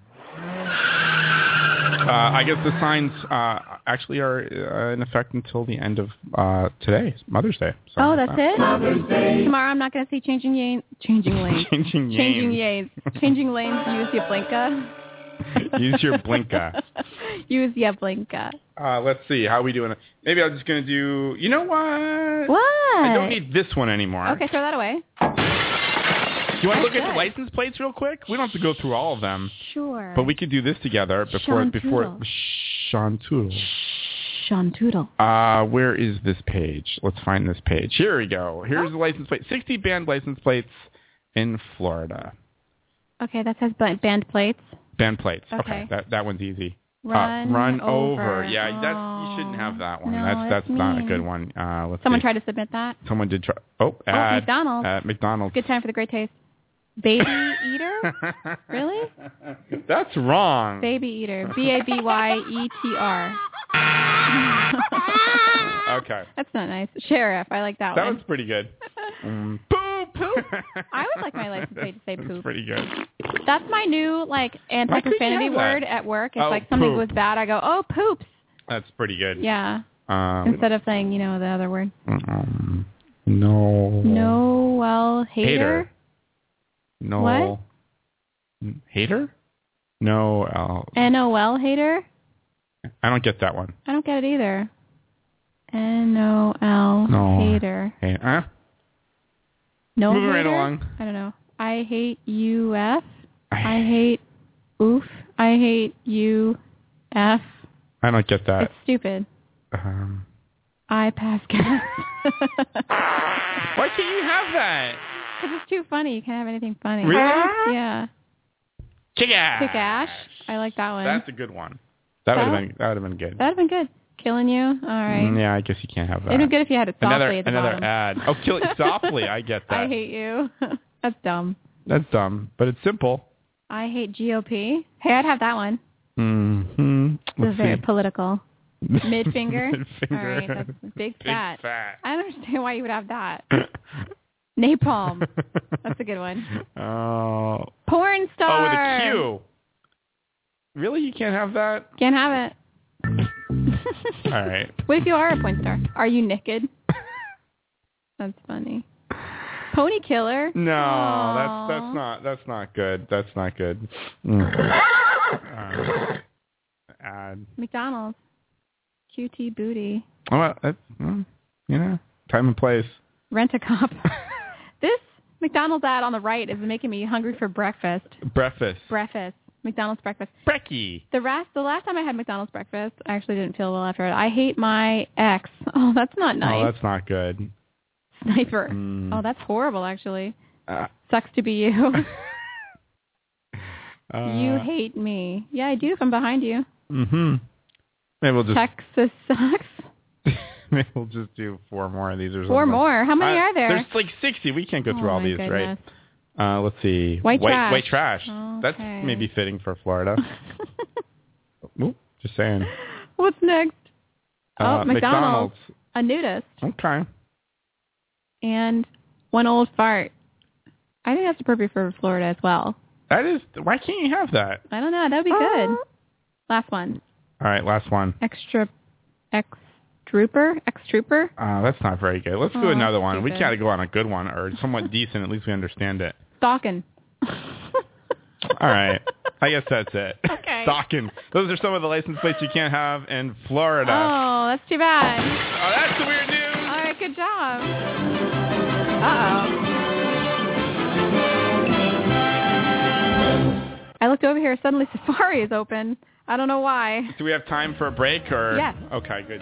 [SPEAKER 2] Uh, I guess the signs uh, actually are uh, in effect until the end of uh, today, Mother's Day. So,
[SPEAKER 3] oh, that's
[SPEAKER 2] uh,
[SPEAKER 3] it. Tomorrow I'm not going to see changing yane, changing lanes,
[SPEAKER 2] Changing
[SPEAKER 3] changing
[SPEAKER 2] lanes.
[SPEAKER 3] yanes, changing lanes. Use your blinker.
[SPEAKER 2] Use your blinker.
[SPEAKER 3] Use your blinker.
[SPEAKER 2] Uh, let's see how we doing. it. Maybe I'm just gonna do. You know what?
[SPEAKER 3] What?
[SPEAKER 2] I don't need this one anymore.
[SPEAKER 3] Okay, throw that away.
[SPEAKER 2] Do you want to look at
[SPEAKER 3] Okay.
[SPEAKER 2] the license plates real quick? We don't have to go through all of them,
[SPEAKER 3] Sure.
[SPEAKER 2] but we could do this together before
[SPEAKER 3] Sean
[SPEAKER 2] before
[SPEAKER 3] Toodle.
[SPEAKER 2] Sean Toodle.
[SPEAKER 3] Sean Toodle.
[SPEAKER 2] Uh, where is this page? Let's find this page. Here we go. Here's
[SPEAKER 3] Oh.
[SPEAKER 2] the license plate. 60 banned license plates in Florida.
[SPEAKER 3] Okay, that says bu- band plates.
[SPEAKER 2] Banned plates. Okay.
[SPEAKER 3] Okay.
[SPEAKER 2] That that one's easy. Uh,
[SPEAKER 3] Run
[SPEAKER 2] run over.
[SPEAKER 3] over.
[SPEAKER 2] Yeah, that's you shouldn't have that one.
[SPEAKER 3] No,
[SPEAKER 2] that's
[SPEAKER 3] that's
[SPEAKER 2] that's not a
[SPEAKER 3] mean.
[SPEAKER 2] good one. Uh, let's
[SPEAKER 3] Someone
[SPEAKER 2] see.
[SPEAKER 3] tried to submit that.
[SPEAKER 2] Someone did try. Oh,
[SPEAKER 3] Oh,
[SPEAKER 2] ad,
[SPEAKER 3] McDonald's.
[SPEAKER 2] At McDonald's.
[SPEAKER 3] Good time for the great taste. Baby eater? Really?
[SPEAKER 2] That's wrong.
[SPEAKER 3] Baby eater. B A B Y E T R.
[SPEAKER 2] Okay.
[SPEAKER 3] That's not nice. Sheriff. I like that,
[SPEAKER 2] That
[SPEAKER 3] one.
[SPEAKER 2] one's pretty good. Mm, poop.
[SPEAKER 3] I would like my license plate to say
[SPEAKER 2] That's
[SPEAKER 3] poop.
[SPEAKER 2] pretty good.
[SPEAKER 3] That's my new like anti profanity
[SPEAKER 2] have that?
[SPEAKER 3] word at work. It's
[SPEAKER 2] Oh,
[SPEAKER 3] like something
[SPEAKER 2] poop.
[SPEAKER 3] was bad. I go, oh poops.
[SPEAKER 2] That's pretty good.
[SPEAKER 3] Yeah.
[SPEAKER 2] Um,
[SPEAKER 3] Instead of saying you know the other word.
[SPEAKER 2] Um, no.
[SPEAKER 3] No, well, hater.
[SPEAKER 2] No.
[SPEAKER 3] What?
[SPEAKER 2] N- Hater? No. I'll-
[SPEAKER 3] N O L hater.
[SPEAKER 2] I don't get that one.
[SPEAKER 3] I don't get it either. N O L
[SPEAKER 2] No.
[SPEAKER 3] hater.
[SPEAKER 2] Hey, uh,
[SPEAKER 3] No
[SPEAKER 2] Moving right
[SPEAKER 3] hater?
[SPEAKER 2] along.
[SPEAKER 3] I don't know. I hate you F. I hate oof. I hate you F.
[SPEAKER 2] I don't get that.
[SPEAKER 3] It's stupid.
[SPEAKER 2] Um,
[SPEAKER 3] I pass gas.
[SPEAKER 2] why can't you have that?
[SPEAKER 3] Because it's too funny. You can't have anything funny.
[SPEAKER 2] Really?
[SPEAKER 3] Yeah.
[SPEAKER 2] Kick ass.
[SPEAKER 3] Kick ash. I like that one.
[SPEAKER 2] That's a good one. That would have
[SPEAKER 3] That-
[SPEAKER 2] been that would have been good.
[SPEAKER 3] That'd have been good. Killing you. All right.
[SPEAKER 2] Mm, yeah, I guess you can't have that.
[SPEAKER 3] It'd be good if you had it
[SPEAKER 2] another
[SPEAKER 3] softly at the
[SPEAKER 2] another
[SPEAKER 3] bottom.
[SPEAKER 2] ad. Oh, kill it softly. I get that.
[SPEAKER 3] I hate you. That's dumb.
[SPEAKER 2] That's dumb, but it's simple.
[SPEAKER 3] I hate GOP. Hey, I'd have that one.
[SPEAKER 2] Mm-hmm.
[SPEAKER 3] This
[SPEAKER 2] Let's
[SPEAKER 3] is very
[SPEAKER 2] see.
[SPEAKER 3] political. Mid finger.
[SPEAKER 2] Mid-finger.
[SPEAKER 3] All right, that's big
[SPEAKER 2] Big
[SPEAKER 3] fat.
[SPEAKER 2] fat.
[SPEAKER 3] I don't understand why you would have that. Napalm. Um, That's a good one.
[SPEAKER 2] Oh.
[SPEAKER 3] Porn star.
[SPEAKER 2] Oh, with a Q. Really? You can't have that?
[SPEAKER 3] Can't have it.
[SPEAKER 2] All right.
[SPEAKER 3] What if you are a porn star? Are you naked? That's funny. Pony killer.
[SPEAKER 2] No, that's
[SPEAKER 3] Aw.
[SPEAKER 2] that's not that's not good. That's not good. Mm. Uh, add-
[SPEAKER 3] McDonald's. QT booty.
[SPEAKER 2] oh, well, that, mm, you know, time and place.
[SPEAKER 3] Rent a cop. this McDonald's ad on the right is making me hungry for breakfast.
[SPEAKER 2] Breakfast.
[SPEAKER 3] Breakfast. McDonald's breakfast.
[SPEAKER 2] Brecky.
[SPEAKER 3] The last the last time I had McDonald's breakfast, I actually didn't feel well after it. I hate my ex. Oh, that's not
[SPEAKER 2] Oh,
[SPEAKER 3] nice.
[SPEAKER 2] that's not good.
[SPEAKER 3] Sniper.
[SPEAKER 2] Mm.
[SPEAKER 3] Oh, that's horrible actually.
[SPEAKER 2] Uh,
[SPEAKER 3] Sucks to be you.
[SPEAKER 2] uh,
[SPEAKER 3] you hate me. Yeah, I do if I'm behind you.
[SPEAKER 2] Mm-hmm. Maybe we'll just
[SPEAKER 3] Texas sucks.
[SPEAKER 2] maybe we'll just do four more of these or something.
[SPEAKER 3] Four more. How many
[SPEAKER 2] Uh,
[SPEAKER 3] are there?
[SPEAKER 2] There's like sixty. We can't go
[SPEAKER 3] Oh,
[SPEAKER 2] through all
[SPEAKER 3] my
[SPEAKER 2] these,
[SPEAKER 3] goodness.
[SPEAKER 2] right? Uh, let's see.
[SPEAKER 3] White
[SPEAKER 2] white,
[SPEAKER 3] trash.
[SPEAKER 2] white trash. That's
[SPEAKER 3] Okay.
[SPEAKER 2] maybe fitting for Florida. Oop, just saying.
[SPEAKER 3] What's next? Oh,
[SPEAKER 2] uh,
[SPEAKER 3] McDonald's. A nudist
[SPEAKER 2] McDonald's. Okay.
[SPEAKER 3] and one old fart. I think that's appropriate for Florida as well.
[SPEAKER 2] That is. Why can't you have that?
[SPEAKER 3] I don't know. That would be
[SPEAKER 2] Uh.
[SPEAKER 3] good. Last one.
[SPEAKER 2] All right, last one.
[SPEAKER 3] Extra, ex trooper, ex trooper.
[SPEAKER 2] Uh, that's not very good. Let's do
[SPEAKER 3] Oh,
[SPEAKER 2] another one. We
[SPEAKER 3] stupid.
[SPEAKER 2] gotta go on a good one or somewhat decent. At least we understand it.
[SPEAKER 3] Stalking.
[SPEAKER 2] All right. I guess that's it.
[SPEAKER 3] Okay.
[SPEAKER 2] Stocking. Those are some of the license plates you can't have in Florida.
[SPEAKER 3] Oh, that's too bad.
[SPEAKER 2] Oh, that's the weird news.
[SPEAKER 3] All right, good job. Uh-oh. I looked over here. Suddenly, Safari is open. I don't know why.
[SPEAKER 2] Do we have time for a break or?
[SPEAKER 3] Yes.
[SPEAKER 2] Okay, good.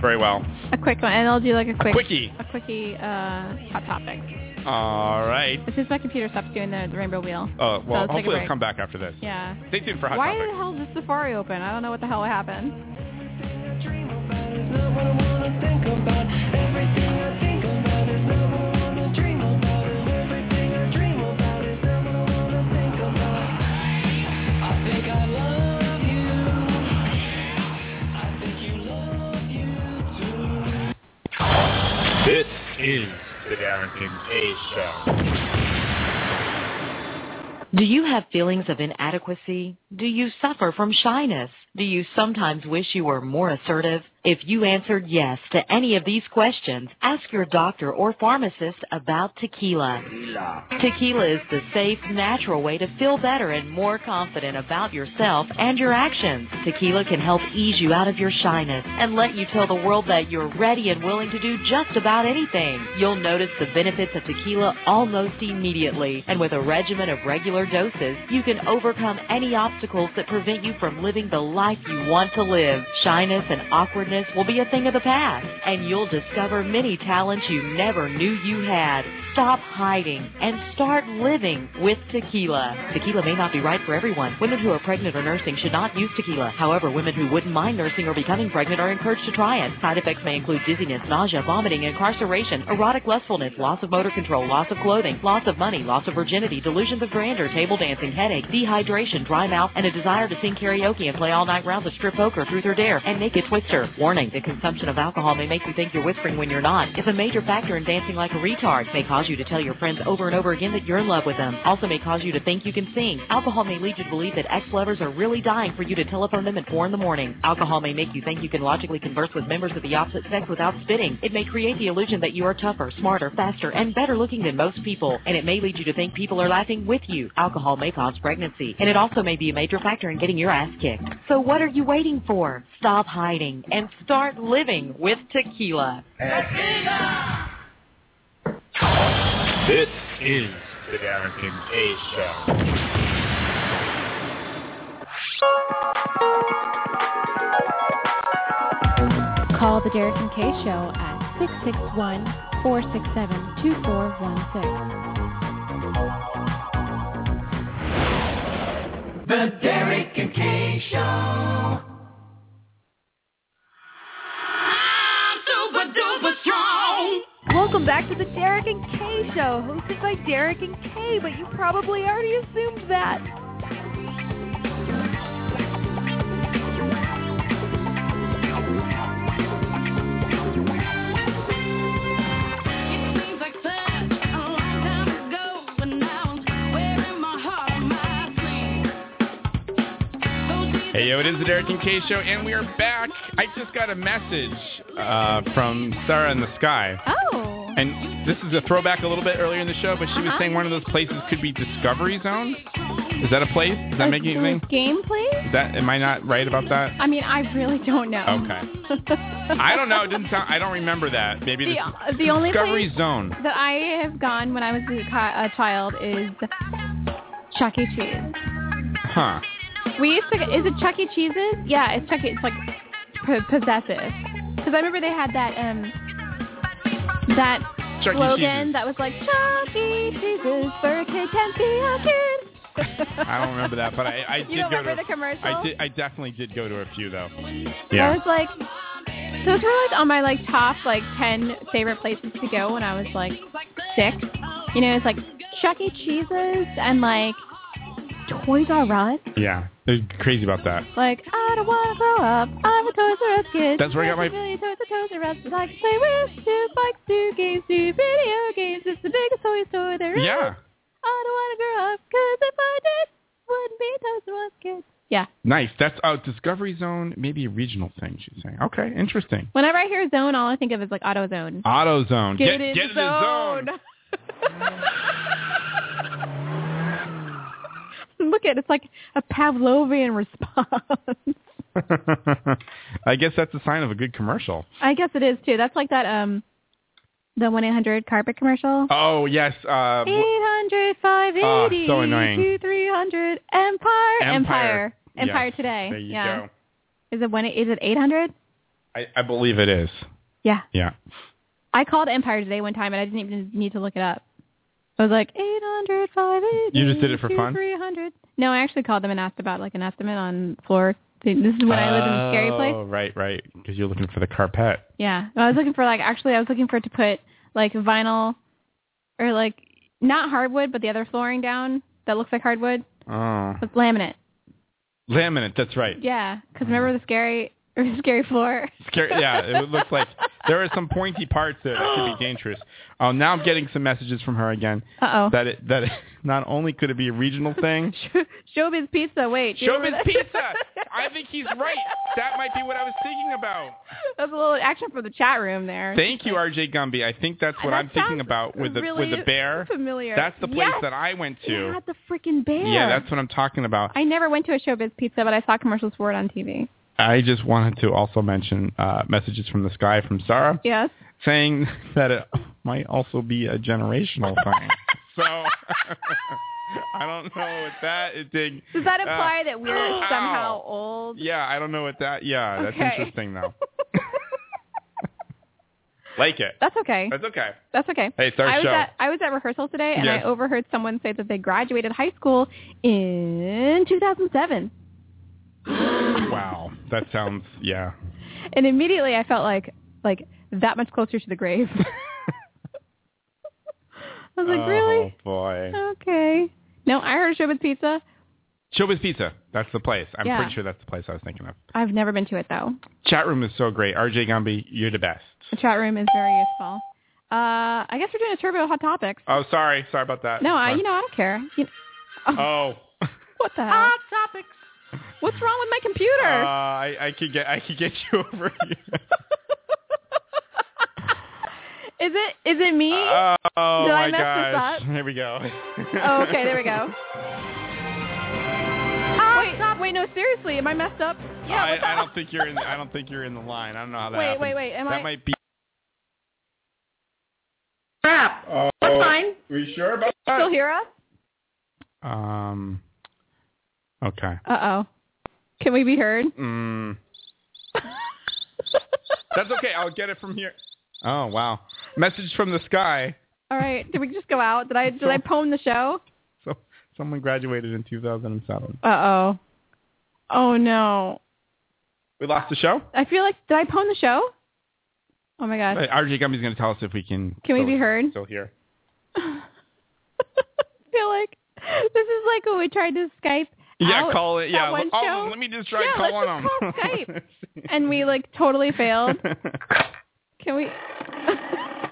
[SPEAKER 2] Very well.
[SPEAKER 3] A quick one, and I'll do like a quick,
[SPEAKER 2] quickie.
[SPEAKER 3] a quickie uh, hot topic.
[SPEAKER 2] All right.
[SPEAKER 3] As soon as my computer stops doing the, the rainbow wheel.
[SPEAKER 2] Uh,
[SPEAKER 3] So
[SPEAKER 2] well,
[SPEAKER 3] let's take a
[SPEAKER 2] hopefully it'll
[SPEAKER 3] break.
[SPEAKER 2] come back after this.
[SPEAKER 3] Yeah.
[SPEAKER 2] Stay tuned for Hot
[SPEAKER 3] Why
[SPEAKER 2] Topic.
[SPEAKER 3] the hell is Safari open? I don't know what the hell happened.
[SPEAKER 13] This is the Darren Kincaid Show.
[SPEAKER 14] Do you have feelings of inadequacy? Do you suffer from shyness? Do you sometimes wish you were more assertive? If you answered yes to any of these questions, ask your doctor or pharmacist about tequila. Tequila is the safe, natural way to feel better and more confident about yourself and your actions. Tequila can help ease you out of your shyness and let you tell the world that you're ready and willing to do just about anything. You'll notice the benefits of tequila almost immediately. And with a regimen of regular doses, you can overcome any obstacles that prevent you from living the life you want to live. Shyness and awkwardness will be a thing of the past, and you'll discover many talents you never knew you had. Stop hiding and start living with tequila. Tequila may not be right for everyone. Women who are pregnant or nursing should not use tequila. However, women who wouldn't mind nursing or becoming pregnant are encouraged to try it. Side effects may include dizziness, nausea, vomiting, incarceration, erotic lustfulness, loss of motor control, loss of clothing, loss of money, loss of virginity, delusions of grandeur, table dancing, headache, dehydration, dry mouth, and a desire to sing karaoke and play all night rounds of strip poker, truth or dare, and naked twister. Warning, the consumption of alcohol may make you think you're whispering when you're not. It's a major factor in dancing like a retard. May cause you to tell your friends over and over again that you're in love with them. Also may cause you to think you can sing. Alcohol may lead you to believe that ex-lovers are really dying for you to telephone them at 4 in the morning. Alcohol may make you think you can logically converse with members of the opposite sex without spitting. It may create the illusion that you are tougher, smarter, faster, and better looking than most people. And it may lead you to think people are laughing with you. Alcohol may cause pregnancy. And it also may be a major factor in getting your ass kicked. So what are you waiting for? Stop hiding and start living with tequila.
[SPEAKER 13] This is the Darren Kincaid Show.
[SPEAKER 11] Call the Derek and Kay Show at 661 467 2416.
[SPEAKER 7] The Derek and Kay Show. I'm super duper strong.
[SPEAKER 15] Welcome back to the Derek and Kay Show, hosted by Derek and Kay, but you probably already assumed that.
[SPEAKER 7] It seems like such a
[SPEAKER 8] Oh,
[SPEAKER 2] Radio. It is the Derek and Kay Show, and we are back. I just got a message uh, from Sarah in the Sky.
[SPEAKER 3] Oh.
[SPEAKER 2] And this is a throwback a little bit earlier in the show, but she was
[SPEAKER 3] Uh-huh.
[SPEAKER 2] saying one of those places could be Discovery Zone. Is that a place? Is that making anything?
[SPEAKER 3] Gameplay?
[SPEAKER 2] Is that am I not right about that?
[SPEAKER 3] I mean, I really don't know.
[SPEAKER 2] Okay. I don't know. It didn't sound. I don't remember that. Maybe
[SPEAKER 3] The- uh,
[SPEAKER 2] this-
[SPEAKER 3] the only
[SPEAKER 2] Discovery
[SPEAKER 3] place-
[SPEAKER 2] Zone.
[SPEAKER 3] that I have gone when I was a, co- a child is Chuck E. Cheese.
[SPEAKER 2] Huh.
[SPEAKER 3] We used to. Is it Chuck E. Cheese's? Yeah, it's Chuck E. It's like po- possessive. Because I remember they had that um that
[SPEAKER 2] Chuck E.
[SPEAKER 3] slogan
[SPEAKER 2] Cheese's.
[SPEAKER 3] that was like Chuck E. Cheese's for a kid can be a kid.
[SPEAKER 2] I don't remember that, but I, I
[SPEAKER 3] You
[SPEAKER 2] did
[SPEAKER 3] don't
[SPEAKER 2] go
[SPEAKER 3] remember
[SPEAKER 2] to. a-
[SPEAKER 3] the commercial?
[SPEAKER 2] I did. I definitely did go to a few though.
[SPEAKER 3] I was like, so it's really like on my like top like ten favorite places to go when I was like six. You know, it's like Chuck E. Cheese's and like Toys R Us.
[SPEAKER 2] Yeah. They're crazy about that.
[SPEAKER 3] Like I don't want to grow up. I'm a Toys R Us kid.
[SPEAKER 2] That's where I got my-
[SPEAKER 3] Really Toys R- Toys R Us. Like play with shoes, like do games, do video games. It's the biggest toy store there is.
[SPEAKER 2] Yeah.
[SPEAKER 3] I don't want to grow up because if I did, wouldn't be a Toys R Us kid. Yeah.
[SPEAKER 2] Nice. That's uh, Discovery Zone, maybe a regional thing. She's saying. Okay, interesting.
[SPEAKER 3] Whenever I hear zone, all I think of is like AutoZone.
[SPEAKER 2] AutoZone.
[SPEAKER 3] Get,
[SPEAKER 2] Get,
[SPEAKER 3] in
[SPEAKER 2] get
[SPEAKER 3] the
[SPEAKER 2] in the zone.
[SPEAKER 3] zone. Look at it, it's like a Pavlovian response.
[SPEAKER 2] I guess that's a sign of a good commercial.
[SPEAKER 3] I guess it is too. That's like that um the one eight hundred carpet commercial.
[SPEAKER 2] Oh yes. Uh,
[SPEAKER 3] Eight hundred five eighty
[SPEAKER 2] Ah, so annoying.
[SPEAKER 3] to three hundred Empire
[SPEAKER 2] Empire.
[SPEAKER 3] Empire Empire
[SPEAKER 2] Yes,
[SPEAKER 3] today.
[SPEAKER 2] there you
[SPEAKER 3] yeah.
[SPEAKER 2] go.
[SPEAKER 3] Is it one is it eight hundred?
[SPEAKER 2] I, I believe it is.
[SPEAKER 3] Yeah.
[SPEAKER 2] Yeah.
[SPEAKER 3] I called Empire today one time and I didn't even need to look it up. I was like eight hundred five eighty.
[SPEAKER 2] You just did it for fun?
[SPEAKER 3] Three hundred. No, I actually called them and asked about like an estimate on floor. This is when I lived in a scary place.
[SPEAKER 2] Oh, right, right. Because you're looking for the carpet.
[SPEAKER 3] Yeah. I was looking for like actually I was looking for it to put like vinyl or like not hardwood but the other flooring down that looks like hardwood
[SPEAKER 2] Oh,
[SPEAKER 3] with laminate.
[SPEAKER 2] laminate. That's right.
[SPEAKER 3] Yeah, cuz remember the scary or the scary floor.
[SPEAKER 2] Scary. Yeah, it looks like there are some pointy parts that could be dangerous. Oh, now I'm getting some messages from her again.
[SPEAKER 3] Uh-oh.
[SPEAKER 2] That it that it, not only could it be a regional thing.
[SPEAKER 3] Showbiz pizza. Wait. do you remember
[SPEAKER 2] Showbiz
[SPEAKER 3] that?
[SPEAKER 2] pizza. I think he's right. That might be what I was thinking about.
[SPEAKER 3] That's a little action from the chat room there.
[SPEAKER 2] Thank you, RJ Gumby. I think that's what
[SPEAKER 3] That
[SPEAKER 2] I'm thinking
[SPEAKER 3] sounds
[SPEAKER 2] about with the
[SPEAKER 3] really
[SPEAKER 2] with the bear.
[SPEAKER 3] familiar.
[SPEAKER 2] That's the place
[SPEAKER 3] Yes!
[SPEAKER 2] that I went to.
[SPEAKER 3] Yeah, the freaking bear.
[SPEAKER 2] Yeah, that's what I'm talking about.
[SPEAKER 3] I never went to a Showbiz Pizza, but I saw commercials for it on TV.
[SPEAKER 2] I just wanted to also mention uh, messages from the sky from Sarah
[SPEAKER 3] Yes.
[SPEAKER 2] saying that it might also be a generational thing. so I don't know what that is. Does
[SPEAKER 3] Does that
[SPEAKER 2] Uh,
[SPEAKER 3] imply that we're
[SPEAKER 2] oh.
[SPEAKER 3] somehow old?
[SPEAKER 2] Yeah, I don't know what that. Yeah, that's
[SPEAKER 3] Okay.
[SPEAKER 2] interesting though. like it.
[SPEAKER 3] That's okay.
[SPEAKER 2] That's okay.
[SPEAKER 3] That's okay.
[SPEAKER 2] Hey, it's our
[SPEAKER 3] I was
[SPEAKER 2] show.
[SPEAKER 3] at I was at rehearsal today, and
[SPEAKER 2] Yes.
[SPEAKER 3] I overheard someone say that they graduated high school in 2007,
[SPEAKER 2] Wow, that sounds yeah.
[SPEAKER 3] and immediately I felt like like that much closer to the grave. I was like,
[SPEAKER 2] oh,
[SPEAKER 3] really?
[SPEAKER 2] boy.
[SPEAKER 3] Okay. No, I heard Showbiz Pizza.
[SPEAKER 2] Showbiz Pizza. That's the place. I'm
[SPEAKER 3] Yeah.
[SPEAKER 2] pretty sure that's the place I was thinking of.
[SPEAKER 3] I've never been to it though.
[SPEAKER 2] Chat room is so great. RJ Gumby, you're the best.
[SPEAKER 3] The chat room is very useful. Uh, I guess we're doing a turbo hot topics.
[SPEAKER 2] Oh, sorry. Sorry about that.
[SPEAKER 3] No, I you know I don't care. You-
[SPEAKER 2] Oh.
[SPEAKER 3] what the hell? Hot topics. What's wrong with my
[SPEAKER 2] Uh,
[SPEAKER 3] computer?
[SPEAKER 2] I, I could get I could get you over here.
[SPEAKER 3] is it is it me?
[SPEAKER 2] Oh
[SPEAKER 3] Did I
[SPEAKER 2] my
[SPEAKER 3] mess this
[SPEAKER 2] gosh.
[SPEAKER 3] up?
[SPEAKER 2] Here we go.
[SPEAKER 3] oh, okay, there we go. wait, wait, no, seriously, am I messed up? Yeah. what's
[SPEAKER 2] Ah, I, I
[SPEAKER 3] up?
[SPEAKER 2] don't think you're in I don't think you're in the line. I don't know how that
[SPEAKER 3] Wait,
[SPEAKER 2] happened.
[SPEAKER 3] wait, wait, am
[SPEAKER 2] that
[SPEAKER 3] I-
[SPEAKER 2] might be
[SPEAKER 3] Crap.
[SPEAKER 2] Oh,
[SPEAKER 3] That's fine.
[SPEAKER 2] We sure about
[SPEAKER 3] You still hear us?
[SPEAKER 2] Um Okay.
[SPEAKER 3] Uh oh. Can we be heard?
[SPEAKER 2] Mm. That's okay. I'll get it from here. Oh, wow. Message from the sky.
[SPEAKER 3] All right. Did we just go out? Did I did I pwn the show?
[SPEAKER 2] So someone graduated in 2007.
[SPEAKER 3] Uh oh. Oh no.
[SPEAKER 2] We lost the show?
[SPEAKER 3] I feel like did I pwn the show? Oh my gosh.
[SPEAKER 2] Hey, RJ Gumby's going to tell us if we can
[SPEAKER 3] Can we
[SPEAKER 2] still-
[SPEAKER 3] be heard?
[SPEAKER 2] Still here.
[SPEAKER 3] I feel like this is like when we tried to Skype
[SPEAKER 2] Yeah,
[SPEAKER 3] out
[SPEAKER 2] call it. Yeah,
[SPEAKER 3] that one
[SPEAKER 2] oh,
[SPEAKER 3] show.
[SPEAKER 2] let me just try
[SPEAKER 3] Yeah, let's
[SPEAKER 2] calling
[SPEAKER 3] just call
[SPEAKER 2] them.
[SPEAKER 3] and we like totally failed. Can we?
[SPEAKER 2] Is it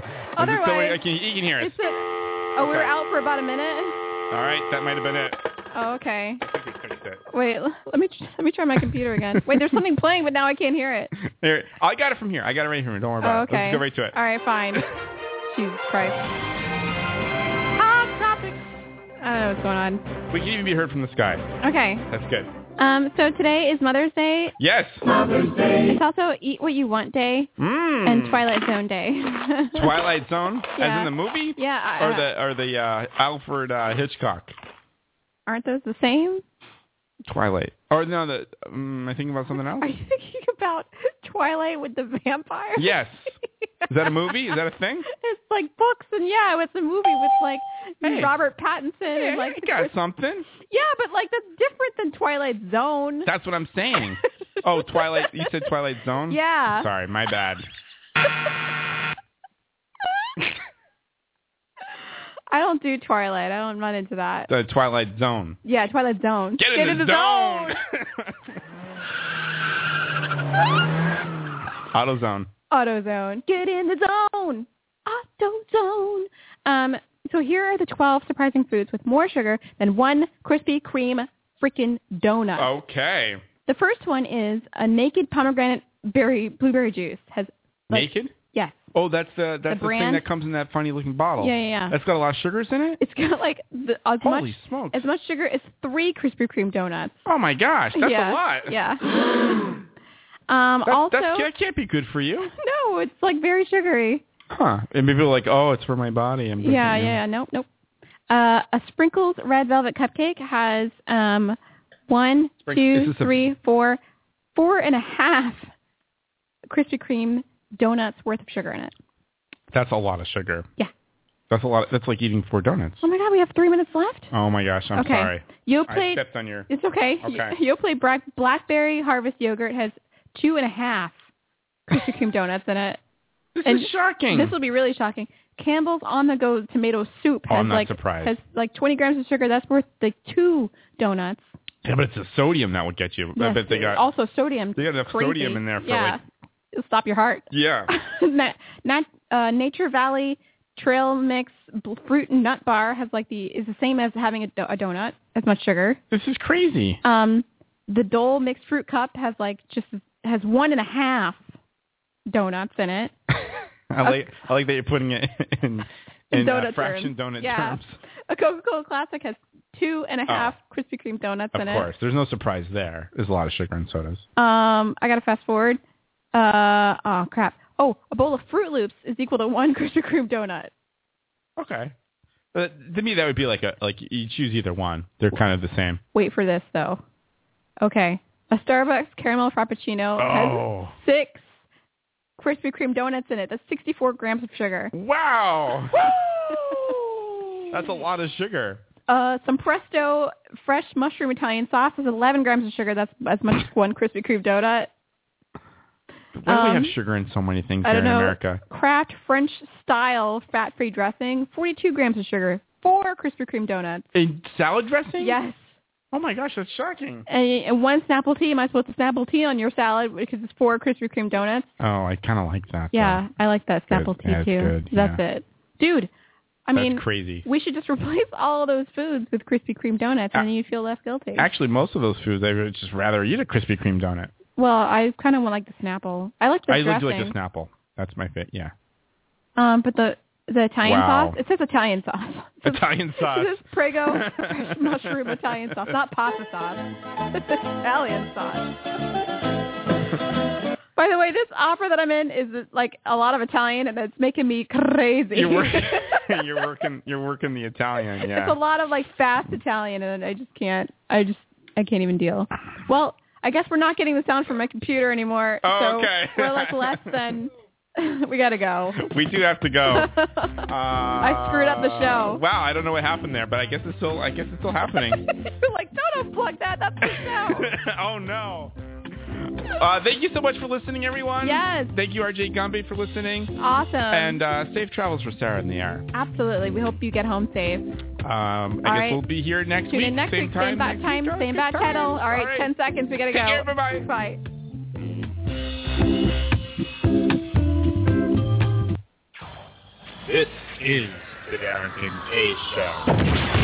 [SPEAKER 2] still-
[SPEAKER 3] Otherwise,
[SPEAKER 2] I can, you can hear us.
[SPEAKER 3] it's a, oh, we were
[SPEAKER 2] Okay.
[SPEAKER 3] out for about a minute.
[SPEAKER 2] All right, that might have been it.
[SPEAKER 3] Oh, okay.
[SPEAKER 2] Just fix it.
[SPEAKER 3] Wait, l- let me let me try my computer again. Wait, there's something playing, but now I can't hear it.
[SPEAKER 2] There, I got it from here. I got it right here. Don't worry
[SPEAKER 3] Oh,
[SPEAKER 2] about
[SPEAKER 3] okay.
[SPEAKER 2] it. Let's go right to it.
[SPEAKER 3] All right, fine. Jesus Christ.
[SPEAKER 15] Hot topic.
[SPEAKER 3] I don't know what's going on.
[SPEAKER 2] We can even be heard from the sky.
[SPEAKER 3] Okay.
[SPEAKER 2] That's good.
[SPEAKER 3] Um. So today is Mother's Day.
[SPEAKER 2] Yes.
[SPEAKER 3] It's also Eat What You Want Day
[SPEAKER 2] Mm.
[SPEAKER 3] and Twilight Zone Day.
[SPEAKER 2] Twilight Zone, as
[SPEAKER 3] Yeah.
[SPEAKER 2] in the movie,
[SPEAKER 3] Yeah. I-
[SPEAKER 2] or the or the uh, Alfred uh, Hitchcock
[SPEAKER 3] aren't those the same?
[SPEAKER 2] Twilight, or no, the um, I think about something else.
[SPEAKER 3] Are you thinking about Twilight with the vampire?
[SPEAKER 2] Yes. Is that a movie? Is that a thing?
[SPEAKER 3] It's like books and yeah, it's a movie with like
[SPEAKER 2] Hey.
[SPEAKER 3] Robert Pattinson and
[SPEAKER 2] I
[SPEAKER 3] like
[SPEAKER 2] got something.
[SPEAKER 3] yeah, but like that's different than Twilight Zone.
[SPEAKER 2] That's what I'm saying. Oh, Twilight. You said Twilight Zone.
[SPEAKER 3] Yeah.
[SPEAKER 2] Sorry, my bad.
[SPEAKER 3] I don't do Twilight. I don't, I'm not into that.
[SPEAKER 2] The Twilight Zone.
[SPEAKER 3] Yeah, Twilight Zone.
[SPEAKER 2] Get in the zone. AutoZone.
[SPEAKER 3] AutoZone. Get in the zone. AutoZone. Um, so here are the 12 surprising foods with more sugar than one Krispy Kreme freaking donut.
[SPEAKER 2] Oh. Okay.
[SPEAKER 3] The first one is a naked pomegranate berry blueberry juice. Has Like-
[SPEAKER 2] Naked.
[SPEAKER 3] yes,
[SPEAKER 2] Oh, that's the that's the, thing
[SPEAKER 3] brand?
[SPEAKER 2] that comes in that funny looking bottle.
[SPEAKER 3] Yeah, yeah, yeah.
[SPEAKER 2] That's got a lot of sugars in it.
[SPEAKER 3] it's got like the,
[SPEAKER 2] Oh.
[SPEAKER 3] as
[SPEAKER 2] Holy
[SPEAKER 3] much
[SPEAKER 2] smokes!
[SPEAKER 3] as much sugar as three Krispy Kreme donuts.
[SPEAKER 2] Oh my gosh, that's
[SPEAKER 3] yeah,
[SPEAKER 2] a lot.
[SPEAKER 3] Yeah. um,
[SPEAKER 2] That's,
[SPEAKER 3] also,
[SPEAKER 2] that's, that can't be good for you.
[SPEAKER 3] no, it's like very sugary.
[SPEAKER 2] Huh. And people are like, oh, it's for my body. I'm
[SPEAKER 3] Yeah, yeah,
[SPEAKER 2] drinking it.
[SPEAKER 3] yeah. Nope, nope. Uh, a Sprinkles Red Velvet Cupcake has um, one,
[SPEAKER 2] Sprink- is
[SPEAKER 3] two,
[SPEAKER 2] this a-
[SPEAKER 3] three, four, four and a half Krispy Kreme donuts worth of sugar in it.
[SPEAKER 2] That's a lot of sugar.
[SPEAKER 3] Yeah.
[SPEAKER 2] That's a lot. that's like eating four donuts.
[SPEAKER 3] Oh my God, we have three minutes left.
[SPEAKER 2] Oh my gosh, I'm
[SPEAKER 3] okay.
[SPEAKER 2] sorry. I
[SPEAKER 3] Yoplait.
[SPEAKER 2] stepped on your.
[SPEAKER 3] It's okay.
[SPEAKER 2] Okay.
[SPEAKER 3] You'll play black, blackberry harvest yogurt has two and a half Krispy Kreme donuts in it.
[SPEAKER 2] This
[SPEAKER 3] and
[SPEAKER 2] is shocking.
[SPEAKER 3] This will be really shocking. Campbell's on the go tomato soup
[SPEAKER 2] Oh,
[SPEAKER 3] has
[SPEAKER 2] I'm not
[SPEAKER 3] like
[SPEAKER 2] surprised.
[SPEAKER 3] has like 20 grams of sugar. That's worth like two donuts.
[SPEAKER 2] yeah, but it's the sodium that would get you. I
[SPEAKER 3] Yes,
[SPEAKER 2] bet they got
[SPEAKER 3] also sodium.
[SPEAKER 2] they got enough
[SPEAKER 3] Crazy.
[SPEAKER 2] sodium in there for
[SPEAKER 3] yeah.
[SPEAKER 2] like
[SPEAKER 3] It'll stop your heart.
[SPEAKER 2] yeah.
[SPEAKER 3] Na- Nat, uh, Nature Valley Trail Mix bl- fruit and nut bar has like the is the same as having a, do- a donut as much sugar.
[SPEAKER 2] This is crazy.
[SPEAKER 3] Um, the Dole mixed fruit cup has like just has one and a half donuts in it.
[SPEAKER 2] I like I like that you're putting it in
[SPEAKER 3] In
[SPEAKER 2] in, uh,
[SPEAKER 3] donut
[SPEAKER 2] fraction
[SPEAKER 3] terms.
[SPEAKER 2] donut
[SPEAKER 3] Yeah.
[SPEAKER 2] terms.
[SPEAKER 3] A Coca-Cola Classic has two and a
[SPEAKER 2] Oh.
[SPEAKER 3] half Krispy Kreme donuts
[SPEAKER 2] Of
[SPEAKER 3] in
[SPEAKER 2] course, there's no surprise there. There's a lot of sugar in sodas.
[SPEAKER 3] it. Um, I gotta fast forward. Uh, oh crap. Oh, a bowl of Fruit Loops is equal to one Krispy Kreme donut.
[SPEAKER 2] Okay. Uh, to me, that would be like a like you choose either one. They're kind of the same.
[SPEAKER 3] Wait for this though. Okay, a Starbucks caramel frappuccino
[SPEAKER 2] Oh.
[SPEAKER 3] has six Krispy Kreme donuts in it. That's 64 grams of sugar.
[SPEAKER 2] Wow. That's a lot of sugar.
[SPEAKER 3] Uh, some Presto fresh mushroom Italian sauce is 11 grams of sugar. That's as much as one Krispy Kreme donut.
[SPEAKER 2] Why do we
[SPEAKER 3] Um,
[SPEAKER 2] have sugar in so many things
[SPEAKER 3] I
[SPEAKER 2] here
[SPEAKER 3] don't
[SPEAKER 2] in
[SPEAKER 3] know.
[SPEAKER 2] America?
[SPEAKER 3] Kraft French style fat-free dressing, 42 grams of sugar, four Krispy Kreme donuts.
[SPEAKER 2] In salad dressing?
[SPEAKER 3] Yes.
[SPEAKER 2] Oh my gosh, that's shocking.
[SPEAKER 3] And, and one Snapple tea. Am I supposed to Snapple tea on your salad because it's four Krispy Kreme donuts?
[SPEAKER 2] Oh, I kind of like that.
[SPEAKER 3] Yeah, I like that
[SPEAKER 2] Good.
[SPEAKER 3] Snapple tea
[SPEAKER 2] Yeah, it's
[SPEAKER 3] too.
[SPEAKER 2] good,
[SPEAKER 3] That's
[SPEAKER 2] yeah.
[SPEAKER 3] it, dude. I
[SPEAKER 2] That's
[SPEAKER 3] mean,
[SPEAKER 2] crazy.
[SPEAKER 3] we should just replace all those foods with Krispy Kreme donuts, and then
[SPEAKER 2] Ah.
[SPEAKER 3] you feel less guilty.
[SPEAKER 2] Actually, most of those foods, I would just rather eat a Krispy Kreme donut.
[SPEAKER 3] well, I kind of want like the Snapple. I like the
[SPEAKER 2] I like
[SPEAKER 3] dressing.
[SPEAKER 2] to like a Snapple. That's my fit. Yeah,
[SPEAKER 3] Um, but the the Italian
[SPEAKER 2] Wow.
[SPEAKER 3] sauce. It says Italian sauce.
[SPEAKER 2] Italian sauce.
[SPEAKER 3] It says Prego fresh mushroom Italian sauce, not pasta sauce. It's Italian sauce. By the way, this opera that I'm in is like a lot of Italian, and it's making me crazy.
[SPEAKER 2] You're working. you're working. You're working the Italian. Yeah.
[SPEAKER 3] It's a lot of like fast Italian, and I just can't. I just I can't even deal. Well, I guess we're not getting the sound from my computer anymore.
[SPEAKER 2] Oh,
[SPEAKER 3] so
[SPEAKER 2] okay.
[SPEAKER 3] we're like less than. we gotta go.
[SPEAKER 2] We do have to go.
[SPEAKER 3] I screwed up the show.
[SPEAKER 2] Uh, Wow, I don't know what happened there, but I guess it's still. I guess it's still happening.
[SPEAKER 3] You're like, don't unplug that. That's the show.
[SPEAKER 2] oh no. Uh, thank you so much for listening, everyone.
[SPEAKER 3] Yes. Um,
[SPEAKER 2] Thank you, RJ Gumby, for listening.
[SPEAKER 3] Awesome.
[SPEAKER 2] And uh, safe travels for Sarah in the air.
[SPEAKER 3] Absolutely. We hope you get home safe.
[SPEAKER 2] Um, I
[SPEAKER 3] All
[SPEAKER 2] guess
[SPEAKER 3] right.
[SPEAKER 2] we'll be here next
[SPEAKER 3] Tune
[SPEAKER 2] week.
[SPEAKER 3] in next
[SPEAKER 2] same
[SPEAKER 3] week.
[SPEAKER 2] time.
[SPEAKER 3] same bat
[SPEAKER 2] next
[SPEAKER 3] time,
[SPEAKER 2] week.
[SPEAKER 3] same bat
[SPEAKER 2] time.
[SPEAKER 3] channel. All right,
[SPEAKER 2] All right.
[SPEAKER 3] 10 seconds. We got to
[SPEAKER 2] Take
[SPEAKER 3] go.
[SPEAKER 2] care. Bye-bye.
[SPEAKER 3] Bye.
[SPEAKER 13] This is the Darrington A Show.